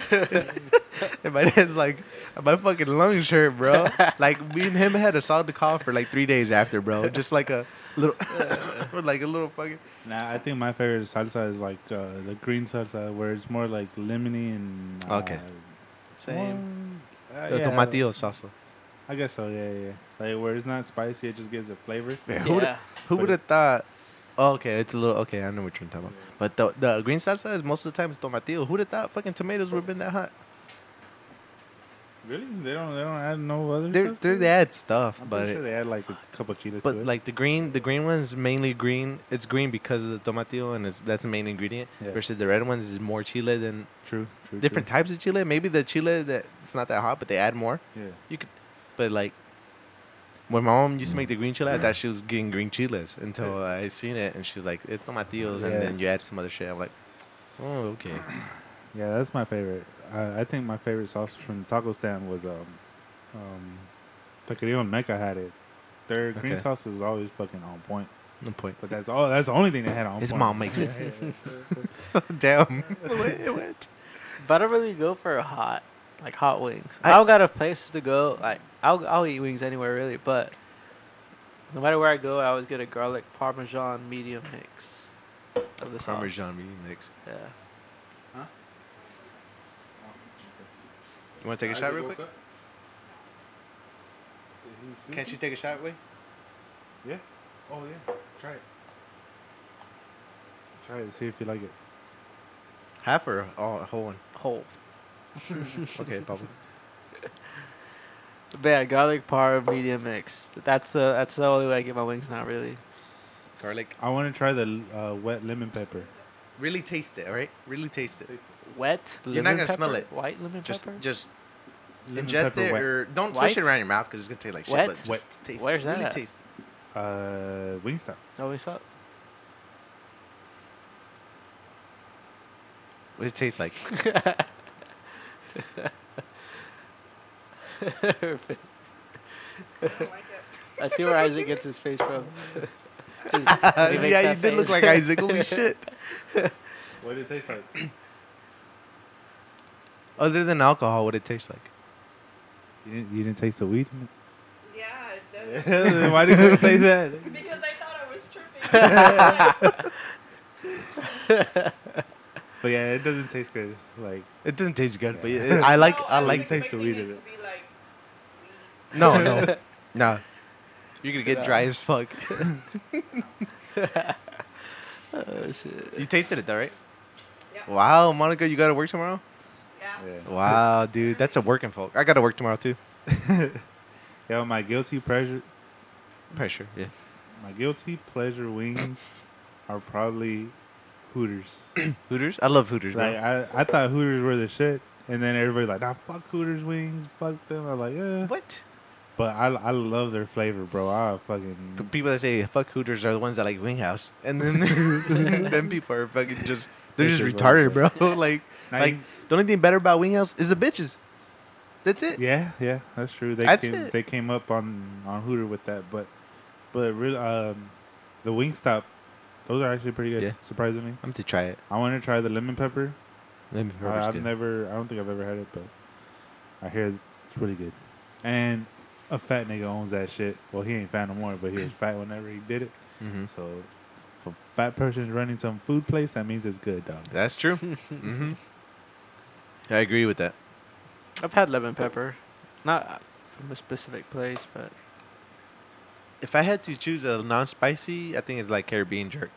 and my dad's like, my fucking lungs hurt, bro. Like me and him had a solid cough for like three days after, bro. Just like a little, like a little fucking.
nah, I think my favorite salsa is like uh, the green salsa, where it's more like lemony and. Uh,
Okay.
Same.
well, uh,
The
yeah,
tomatillo salsa.
I guess so. Yeah, yeah. yeah. Like where it's not spicy, it just gives it flavor.
Man, who
Yeah.
would've- who
But
would
it-
have thought? Oh, okay, it's a little okay. I know what you're talking about. But the the green salsa is most of the time it's tomatillo. Who'd have thought fucking tomatoes would have been that hot?
Really? They don't. They don't add no other.
They're,
stuff
they're
to
they
it?
add stuff,
I'm
but
pretty sure they add like a couple cheetahs
But
to it.
like the green, the green one's mainly green. It's green because of the tomatillo, and it's, that's the main ingredient.
Yeah.
Versus the red ones is more chile than
true, true.
different types of chile. Maybe the chile that it's not that hot, but they add more.
True. Yeah.
You could, but like when my mom used to make the green chile, I thought she was getting green chiles until I seen it, and she was like, "It's tomatillos,"
Yeah.
and then you add some other shit. I'm like, "Oh, okay."
Yeah, that's my favorite. I, I think my favorite sausage from the taco stand was um, um, Taqueria on Mecca had it. Their green
Okay.
sauce is always fucking on point.
No point.
But that's all. That's the only thing they had on.
His
point.
mom makes it. Damn. what? what?
But I really go for a hot, like hot wings. I, don't got a place to go. Like I'll I'll eat wings anywhere really, but no matter where I go, I always get a garlic parmesan medium mix of the sauce.
Parmesan remix.
Yeah.
You want to take a shot real quick? Can't you take a shot, wait?
Yeah. Oh yeah. Try it. Try it. See if you like it.
Half or all, a whole one?
Whole.
Okay, Pablo.
But yeah, garlic parm medium mix. That's the that's the only way I get my wings now really.
Garlic.
I want to try the uh, wet lemon pepper.
Really taste it, all right? Really taste it.
Wet.
You're not
lemon
gonna
pepper?
smell it.
White lemon
Just,
pepper.
just
Lemon
ingest
pepper
it,
wet.
or don't
Wet?
swish it around your mouth because it's gonna taste like
Wet?
shit. But
Wet.
just taste
Where's
it. Really
that?
taste it.
uh, Wingstop.
Oh, we saw. it.
What does it taste like?
Perfect. I see where Isaac gets his face from. Does- does he make
yeah,
that
you did look
face?
like Isaac. Holy shit.
What did it taste like?
Other than alcohol, what it tastes like?
You didn't. You didn't taste the weed. in it?
Yeah, it does.
Then Why did you say that?
Because I thought I was tripping.
But yeah, it doesn't taste good. Like
It doesn't taste good, but
Yeah.
it, I like.
No,
I
was
like.
taste of
expecting
weed
it
in
to
it.
be like
no, no, no. You're gonna get dry as fuck.
Oh, shit.
You tasted it though, right?
Yeah.
Wow, Monica, you gotta work tomorrow.
sweet. Yeah.
yeah.
Wow, dude, that's a working folk. I gotta work tomorrow too.
Yeah, my guilty pleasure,
Pressure. Yeah.
my guilty pleasure wings are probably Hooters.
Hooters. I love Hooters,
Like
man.
I, I thought Hooters were the shit, and then everybody's like, "Nah, fuck Hooters wings, fuck them." I'm like, "Yeah,"
What?
but I, I love their flavor, bro. I
The
fucking
people that say fuck Hooters are the ones that like Winghouse, and then then people are fucking just they're just
Bitches,
retarded, bro. like
Not
like
even-
the only thing better about Winghouse is the bitches. That's it.
yeah, yeah, that's true. They
That's
came,
it.
they came up on on Hooter with that, but but really, um, the Wingstop, those are actually pretty good.
Yeah.
Surprisingly,
I'm to try it.
I want to try the lemon pepper.
Lemon
I,
pepper's
I've
good.
never, I don't think I've ever had it, but I hear it's really good. And a fat nigga owns that shit. Well, he ain't fat no more, but he was fat whenever he did it.
Mhm.
So if a fat person's running some food place, that means it's good, dog.
That's true. hmm I agree with that.
I've had lemon pepper, not uh, from a specific place, but
If I had to choose a non-spicy, I think it's like Caribbean jerk,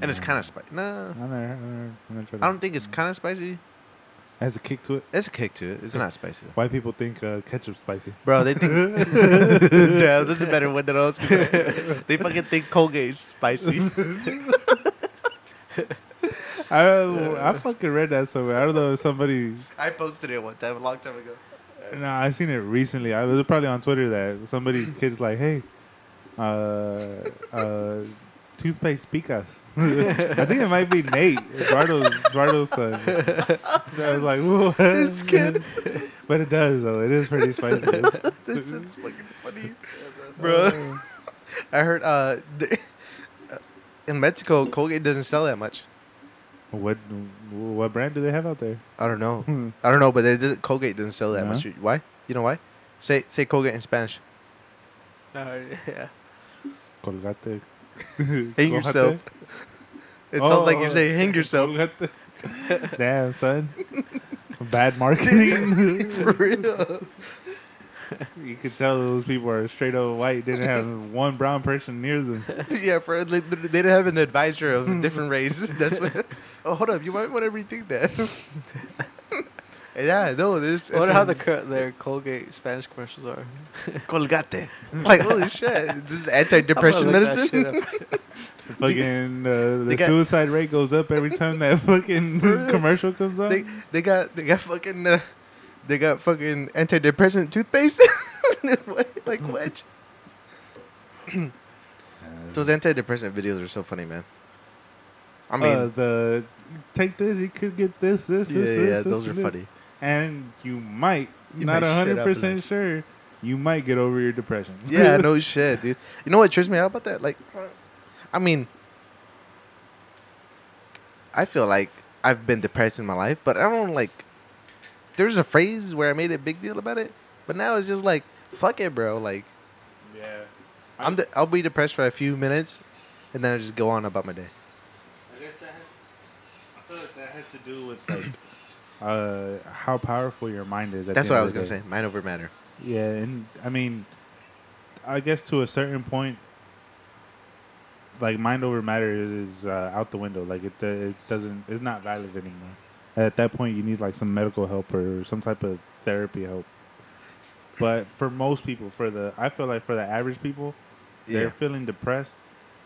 and
Mm.
it's kind of spicy. Nah,
I'm there. I'm
I don't think it's kind of spicy.
Has a kick to Mm. it.
It's a kick to it. It's not spicy.
White people think uh, ketchup's spicy.
Bro, they think. Damn, this is a better one than I was. gonna say. They fucking think Colgate's spicy.
I I fucking read that somewhere. I don't know if somebody.
I posted it one time, a long time ago.
No, I seen it recently. I it was probably on Twitter that somebody's kids like, hey, uh, uh, toothpaste picas. I think it might be Nate Eduardo's Eduardo's son. I was like, what?
This kid.
but it does though. It is pretty spicy.
this shit's fucking funny, bro. I heard uh, th- in Mexico, Colgate doesn't sell that much.
What what brand do they have out there?
I don't know. I don't know, but they didn't, Colgate doesn't sell that
No?
much. Why? You know why? Say say Colgate in Spanish.
No, uh, yeah.
Colgate.
Hang yourself. It sounds like you're
Oh.
saying hang yourself.
Colgate. Damn son, bad marketing.
For real.
you could tell those people are straight up white. Didn't have one brown person near them.
yeah, for they they didn't have an advisor of a different race. That's what. Oh, hold up, you might want to rethink that. yeah, no, this.
I
it's
wonder how
on
the cur- their Colgate Spanish commercials are.
Colgate. like holy shit, this is anti-depression
I'm gonna look that
medicine.
shit up.
Fucking uh,
they
the
got-
suicide rate goes up every time that fucking
For real.
commercial comes on.
They they got they got fucking uh, they got fucking antidepressant toothpaste. what? Like what? Those antidepressant videos are so funny, man. I mean,
uh, the take this, you could get this, this,
yeah,
this,
yeah,
this,
yeah,
this,
those are
and this.
funny.
And you might
You
not
might shut
hundred
up and
percent sure you might get over your depression.
Yeah, no shit, dude. You know what trips me out about that? Like, I mean, I feel like I've been depressed in my life, but I don't like. There's a phrase where I made a big deal about it, but now it's just like, fuck it, bro. Like,
yeah.
I'm de- I'll be depressed for a few minutes, and then I just go on about my day.
I guess that has, I feel like that has to do with like uh, how powerful your mind is. At
That's
the
what I
end
was
of the
gonna
day.
say. Mind over matter.
Yeah, and I mean, I guess to a certain point, like mind over matter is uh, out the window. Like it, it doesn't, it's not valid anymore. At that point, you need like some medical help or some type of therapy help. But for most people, for the I feel like for the average people,
Yeah,
they're feeling depressed.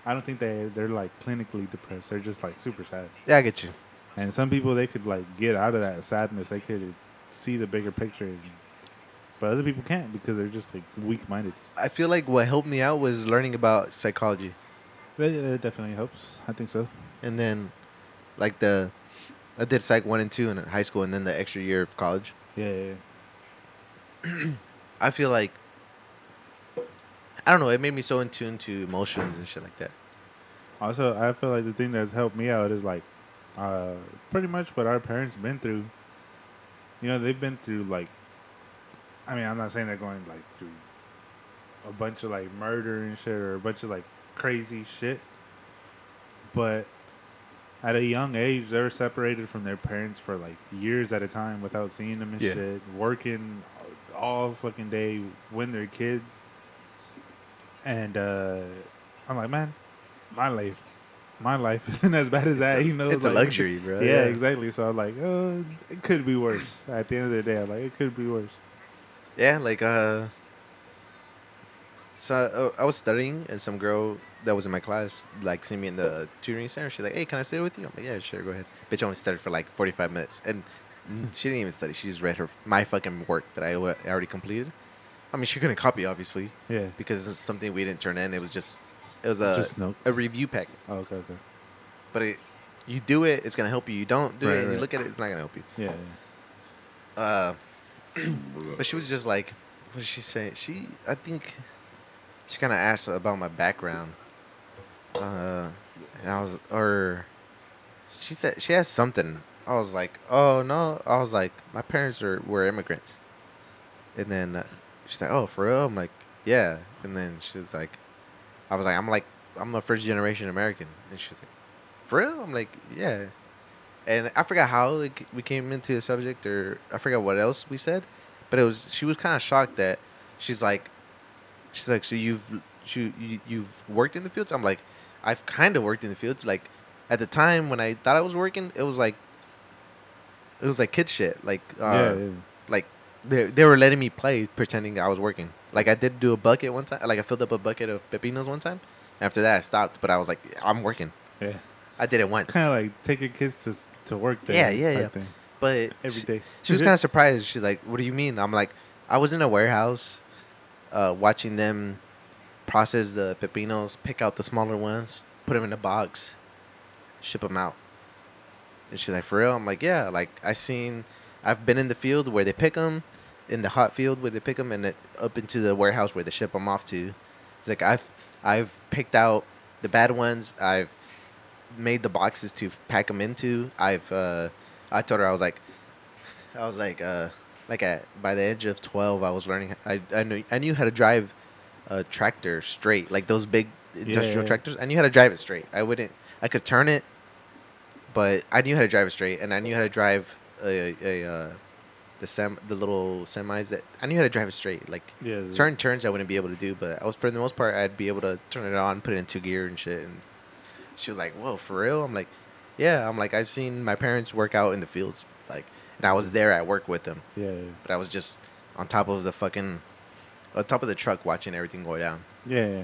I don't think they they're like clinically depressed. They're just like super sad.
yeah, I get you.
And some people they could like get out of that sadness. They could see the bigger picture. And, but other people can't because they're just like weak minded.
I feel like what helped me out was learning about psychology.
That, that definitely helps. I think so.
and then like the I did psych one and two in high school, and then the extra year of college.
Yeah, yeah, yeah.
I feel like I don't know. It made me so in tune to emotions and shit like that.
Also, I feel like the thing that's helped me out is like uh, pretty much what our parents been through. You know, they've been through like, I mean, I'm not saying they're going like through a bunch of like murder and shit or a bunch of like crazy shit, but at a young age, they were separated from their parents for like years at a time without seeing them and
Yeah.
shit, working all fucking day when they're kids. And uh, I'm like, man, my life, my life isn't as bad as that.
It's a-
you know,
it's
like-
a luxury, bro.
Yeah, exactly. So I'm like, oh, it could be worse. At the end of the day, I'm like, it could be worse.
Yeah, like uh, so uh, I was studying, and some girl that was in my class like seen me in the tutoring center. She's like, "Hey, can I study with you?" I'm like, "Yeah, sure, go ahead." Bitch, I only studied for like 45 minutes, and she didn't even study. She just read her my fucking work that I wa- I already completed. I mean, she couldn't copy, obviously,
Yeah.
because it's something we didn't turn in. It was just, it was a
Just notes.
a review pack.
Oh, okay, okay.
But it, you do it, it's gonna help you. You don't do
Right,
it, and you
right.
look at it, it's not gonna help you.
Yeah.
Uh, but she was just like, what did she say? She, I think, she kind of asked about my background. Uh, and I was, or she said she asked something. I was like, oh no. I was like, my parents are were immigrants. And then uh, she's like, oh for real? I'm like, yeah. And then she was like, I was like, I'm like, I'm a first generation American. And she's like, for real? I'm like, yeah. And I forgot how it, c- we came into the subject, or I forgot what else we said, but it was she was kind of shocked that she's like, she's like, so you've you, you you've worked in the fields. I'm like, I've kind of worked in the fields. Like at the time when I thought I was working, it was like, it was like kid shit. Like uh,
yeah, yeah.
like they they were letting me play pretending I was working. Like I did do a bucket one time. Like I filled up a bucket of pepinos one time. After that, I stopped. But I was like, I'm working.
Yeah.
I did it once.
Kind of like take your kids to s- to work there.
Yeah, yeah,
type
yeah.
thing,
But
Every
she,
day.
she was kind of surprised. She's like, "What do you mean?" I'm like, "I was in a warehouse, uh, watching them process the pepinos, pick out the smaller ones, put them in a box, ship them out." And she's like, "For real?" I'm like, "Yeah." Like I seen, I've been in the field where they pick them, in the hot field where they pick them, and it, up into the warehouse where they ship them off to. It's like I've I've picked out the bad ones. I've made the boxes to pack them into. I've uh, I told her I was like, I was like, uh, like at by the age of twelve, I was learning. I I knew I knew how to drive a tractor straight, like those big industrial
yeah.
tractors. I knew how to drive it straight. I wouldn't. I could turn it, but I knew how to drive it straight, and I knew how to drive a a. uh the sem the little semis that I knew how to drive it straight. Like
Yeah, the-
certain turns I wouldn't be able to do, but I was for the most part I'd be able to turn it on, put it into gear and shit. And she was like, "Whoa, for real?" I'm like, "Yeah." I'm like, "I've seen my parents work out in the fields, like, and I was there at work with them,
Yeah, yeah.
but I was just on top of the fucking, on top of the truck watching everything go down."
Yeah, yeah.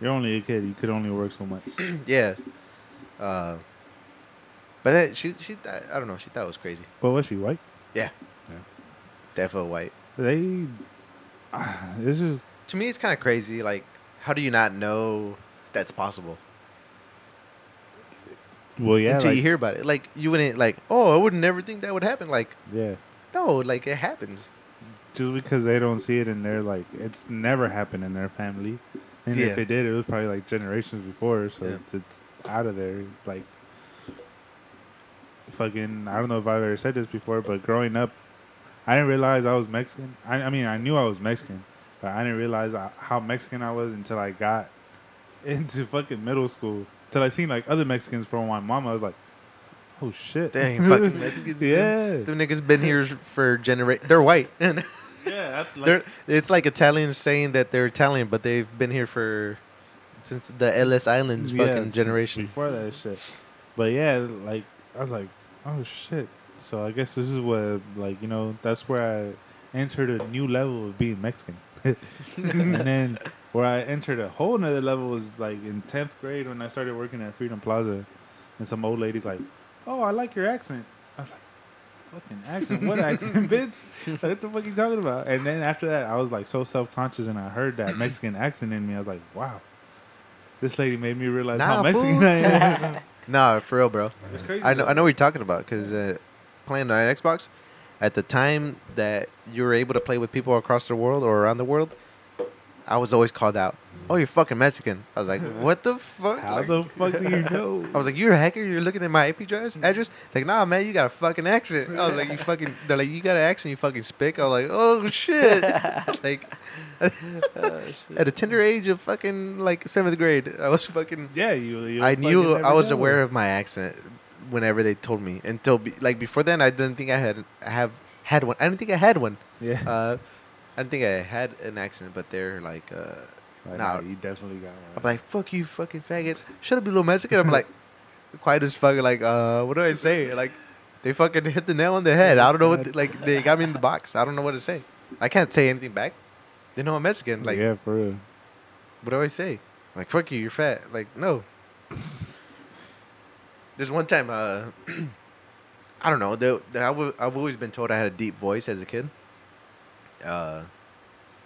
You're only a kid. You could only work so much.
yes. Uh, but that, she she thought, I don't know she thought it was crazy.
But was she white?
Yeah.
Yeah.
Defo white.
They. ah, This is
to me it's kind of crazy like how do you not know that's possible
well, yeah.
until
like-
you hear about it like you wouldn't like oh i would never think that would happen like
Yeah,
no like it happens
just because they don't see it and they're like, it's never happened in their family, and
Yeah.
if they did, it was probably like generations before, so
Yeah.
it's- it's out of there. Like, fucking, I don't know if I've ever said this before, but growing up, I didn't realize I was Mexican. I, I mean, I knew I was Mexican, but I didn't realize I, how Mexican I was until I got into fucking middle school. Till I seen like other Mexicans from my mom, I was like, oh shit,
dang fucking mexicans
yeah,
them niggas been here for generate they're white and
yeah, I- like-
they're it's like italians saying that they're italian but they've been here for since the ellis islands
Yeah,
fucking
it's
generation
before that shit. But yeah, like I was like, oh shit. So I guess this is what like you know that's where I entered a new level of being Mexican, and then where I entered a whole nother level was like in tenth grade when I started working at Freedom Plaza, and some old lady's like, oh I like your accent. I was like. Fucking accent, what accent, bitch? Like, what the fuck you talking about? And then after that, I was like so self conscious, and I heard that Mexican accent in me. I was like, wow, this lady made me realize how
Nah,
Mexican
fool.
I am.
nah for real bro
It's crazy.
I know, I know what you're talking about because uh, playing on Xbox, at the time that you were able to play with people across the world or around the world, I was always called out. Oh, you're fucking Mexican. I was like, what the fuck?
How
Like,
the fuck do you know?
I was like, you're a hacker. You're looking at my IP address.
Mm-hmm.
Address. Like, nah, man, you got a fucking accent. I was like, you fucking. They're like, you got an accent. You fucking spick. I was like, oh shit. like,
Oh, shit.
at a tender age of fucking like seventh grade, I was fucking
yeah, you. you
I knew I was aware of my accent whenever they told me until be, like before then I didn't think I had I have had one. I didn't think I had one.
Yeah.
Uh, I didn't think I had an accent, but they're like, uh,
Like,
nah.
you definitely got
I'm
one.
like, fuck you, fucking faggots. Shut up, you little Mexican. I'm like, quiet as fuck. Like, uh, what do I say? Like, they fucking hit the nail on the head. I don't know what. the- like, they got me in the box. I don't know what to say. I can't say anything back. They know I'm Mexican. Like,
yeah, for real.
what do I say? Like, fuck you, you're fat. Like, no. There's one time, uh, I don't know. The, the, I w- I've always been told I had a deep voice as a kid. Uh,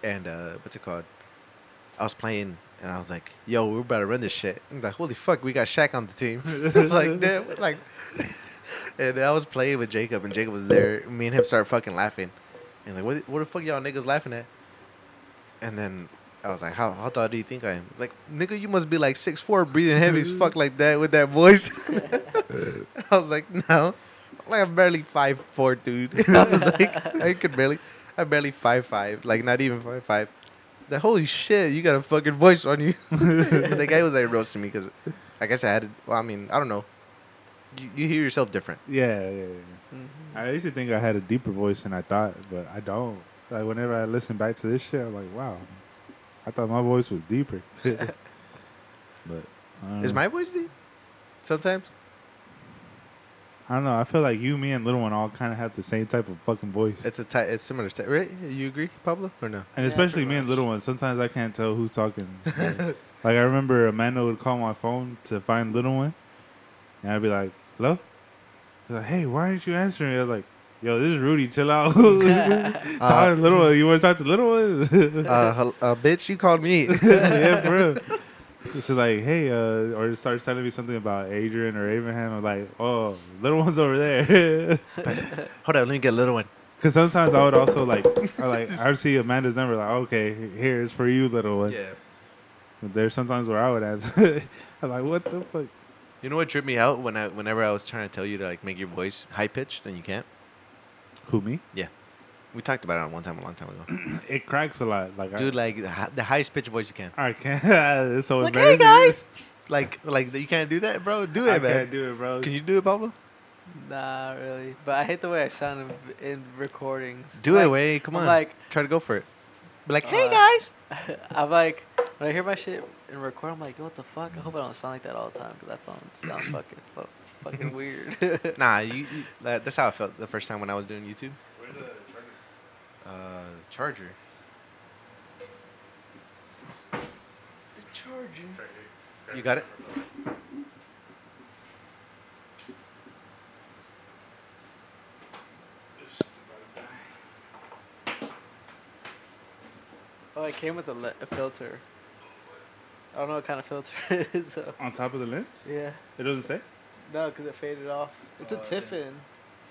and uh, what's it called? I was playing and I was like, yo, we're about to run this shit. I'm like, holy fuck, we got Shaq on the team. like, damn, what- like, and I was playing with Jacob and Jacob was there. Me and him started fucking laughing. And like, what, what the fuck y'all niggas laughing at? And then I was like, how, how tall do you think I am? Like, nigga, you must be like six four, breathing heavy as fuck like that with that voice. I was like, no. Like, I'm barely five four, dude. I was like, I could barely, I'm barely five five, like not even five five. Like, holy shit, you got a fucking voice on you. but the guy was like roasting me because I guess I had, well, I mean, I don't know. You, you hear yourself different.
Yeah, yeah, yeah. yeah.
Mhm.
I used to think I had a deeper voice than I thought, but I don't. Like whenever I listen back to this shit, I'm like, wow, I thought my voice was deeper. but um,
Is my voice deep? Sometimes.
I don't know. I feel like you, me, and little one all kind of have the same type of fucking voice.
It's a ty- it's similar type, right? You agree, Pablo, or no?
And
Yeah,
especially
pretty
me and
much.
little ones, sometimes I can't tell who's talking. Like, like, I remember Amanda would call my phone to find little one, and I'd be like, "Hello," She's like, "Hey, why aren't you answering?" I was like, "Yo, this is Rudy. Chill out. talk to little one. You want to talk to little one?
Uh, hel- uh, bitch, you called me.
yeah, bro." She's like, "Hey," uh, or it starts telling me something about Adrian or Abraham. I'm like, "Oh, little one's over there."
Hold on, let me get a little one.
Because sometimes I would also like, I like, I would see Amanda's number, like, "Okay, here's for you, little one." There's sometimes where I would ask, I'm like, what the fuck?
You know what tripped me out when I whenever I was trying to tell you to like make your voice high pitched and you can't.
Who me?
We talked about it on one time a long time ago,
It cracks a lot. Like,
dude. Like the, hi- the highest pitched voice you can.
I, I can't. it's so
Like hey
embarrassing.
guys, like like you can't do that, bro. Do it,
I
man.
can't do it, bro.
Can you do it, Pablo?
Nah, really. But I hate the way I sound in, in recordings.
Do
like,
it, way. Come
I'm
on.
like-
try to go for it. Be like, hey
Uh,
guys.
I'm like, when I hear my shit in record, I'm like, what the fuck? I hope I don't sound like that all the time because that phone sounds fucking fu- fucking weird.
Nah, you, you that, that's how I felt the first time when I was doing YouTube. Uh, the charger. The charger. You got it.
oh, it came with a, le- a filter. I don't know what kind of filter it is. So.
On top of the lens?
Yeah.
It doesn't say.
No, because it faded off. It's a
Oh, yeah.
Tiffin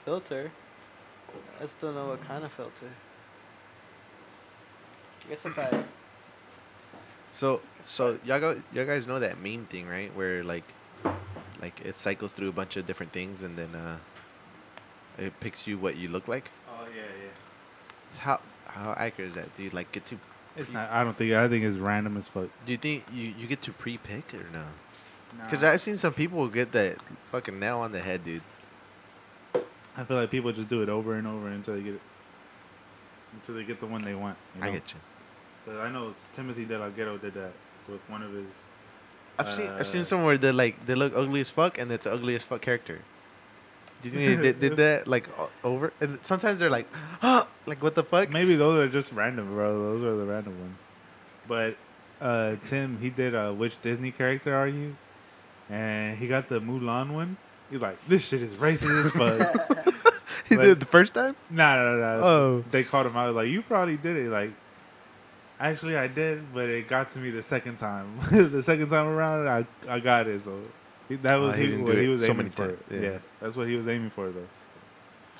filter. I just don't know what kind of filter. I guess if I.
So so y'all go, y'all guys know that meme thing, right? Where like like it cycles through a bunch of different things and then uh it picks you what you look like.
Oh yeah, yeah.
How how accurate is that? Do you like get to
It's not. I don't think. I think it's random as fuck.
do you think you, you get to pre pick or no? Because
Uh,
I've seen some people who get that fucking nail on the head, dude.
I feel like people just do it over and over until they get it, until they get the one they want. You know?
I get you.
'Cause I know Timothy De La Ghetto did that with one of his.
I've seen I've
Uh,
seen some where they like they look ugly as fuck and it's an ugly as fuck character. Do you think they did, did that like o- over? And sometimes they're like, huh, like what the fuck?
Maybe those are just random, bro. Those are the random ones. But uh, Tim, he did uh, which Disney character are you? And he got the Mulan one. He's like, this shit is racist as fuck.
He did it the first time.
nah, nah, nah. nah.
Oh.
They called him out. Like, you probably did it. Like, actually, I did, but it got to me the second time. the second time around, I I got it. So he- that was
Oh, he
he,
didn't
what
do
he
it
was
so
aiming
many
for.
times. Yeah.
yeah, that's what he was aiming for, though.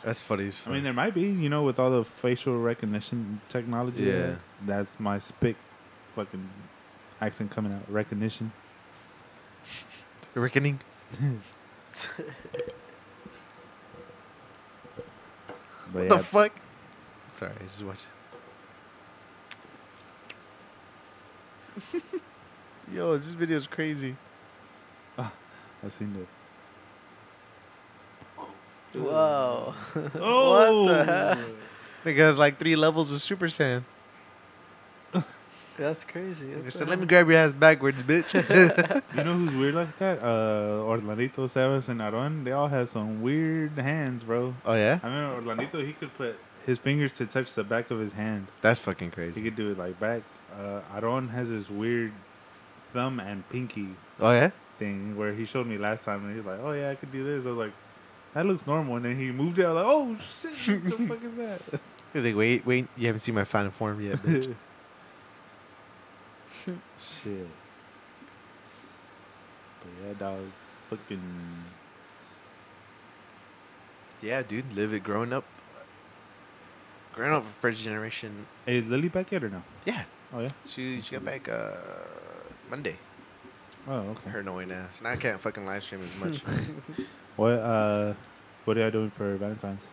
That's funny. As
I mean, there might be, you know, with all the facial recognition technology.
Yeah.
uh, That's my spick fucking accent coming out. Recognition.
reckoning.
But
What
yeah,
the fuck? Sorry, I just watching. Yo, this video is crazy.
I seen that.
Whoa.
Oh!
what the hell?
Because like three levels of Super Saiyan.
That's crazy. What
They
the
said,
hell?
let me grab your ass backwards, bitch.
You know who's weird like that? Uh, Orlandito, Savas, and Aron. They all have some weird hands, bro.
oh yeah,
I remember Orlandito, he could put his fingers to touch the back of his hand.
that's fucking
He
crazy.
could do it like back. Uh, Aron has this weird thumb and pinky
Oh yeah.
thing where he showed me last time, and he was like, "Oh yeah, I could do this." I was like, "That looks normal," and then he moved it. I was like, "Oh shit, what the fuck is that?"
He's like, wait, wait, you haven't seen my final form yet, bitch.
shit. But yeah, dog, fucking
yeah, dude, live it growing up. Growing up first generation.
is Lily back yet or no?
Yeah.
Oh yeah.
She she got back uh Monday.
Oh okay.
Her annoying ass. Now I can't fucking live stream as much.
What uh, what are y'all doing for Valentine's?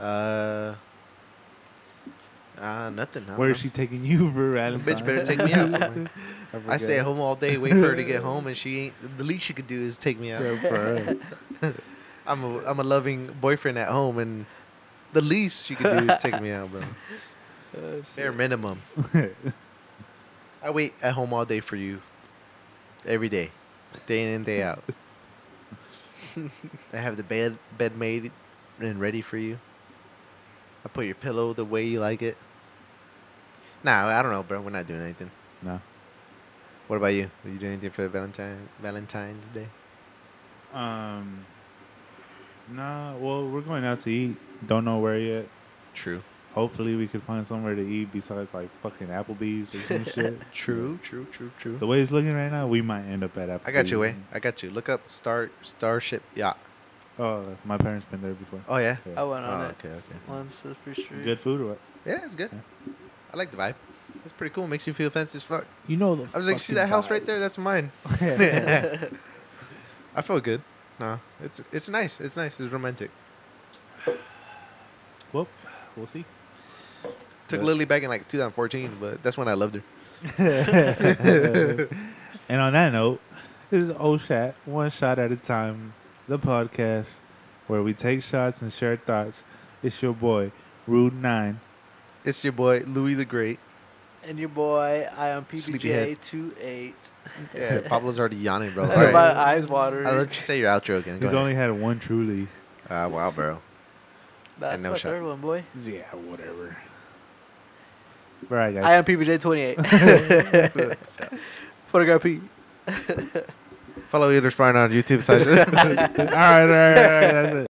uh uh nothing. I don't
Where
know.
is she taking you for Valentine's?
Bitch better take me out somewhere.
I,
I stay at home all day, wait for her to get home and she ain't the least she could do is take me out.
Yeah, for real.
I'm a I'm a loving boyfriend at home and the least she could do is take me out, bro.
Oh,
Bare
shit.
minimum. I wait at home all day for you. Every day. Day in and day out. I have the bed bed made and ready for you. I put your pillow the way you like it. Nah, I don't know, bro. We're not doing anything.
no.
What about you? Will you do anything for Valentine Valentine's Day?
Um. Nah. Well, we're going out to eat. Don't know where yet.
True.
Hopefully, we could find somewhere to eat besides like fucking Applebee's or some shit.
True, true, true,
The
true.
way it's looking right now, we might end up at Applebee's.
I got you,
Mm.
way. I got you. Look up Star Starship Yacht.
Oh, my parents been there before.
eh? Oh yeah?
Yeah.
I went on
Oh,
it
okay, okay.
once, that's for sure.
Good food or what?
Yeah, it's good.
Yeah.
I like the vibe. That's pretty cool. Makes you feel fancy as fuck.
You know the.
I was like, see that house right there? That's mine. I feel good. No, it's it's nice. It's nice. It's romantic.
Well, we'll see.
Took
Yeah.
Lily back in like 2014, but that's when I loved her.
and on that note, this is Oshat, one shot at a time, the podcast where we take shots and share thoughts. It's your boy, Rude Nine.
It's your boy Louis the Great.
And your boy, I am
Sleepyhead.
PBJ28.
Yeah, Pablo's already yawning, bro. All
That's My
right.
eyes watering.
I'll let you say your outro again. Go
He's
ahead.
only had one truly.
Ah, wow, bro.
That's
no
my
shot.
third one, boy.
Yeah, whatever. All right, guys.
I am PBJ28. Photograph P.
Follow Eater Spine on YouTube. slash-
all right, all right, all right. That's it.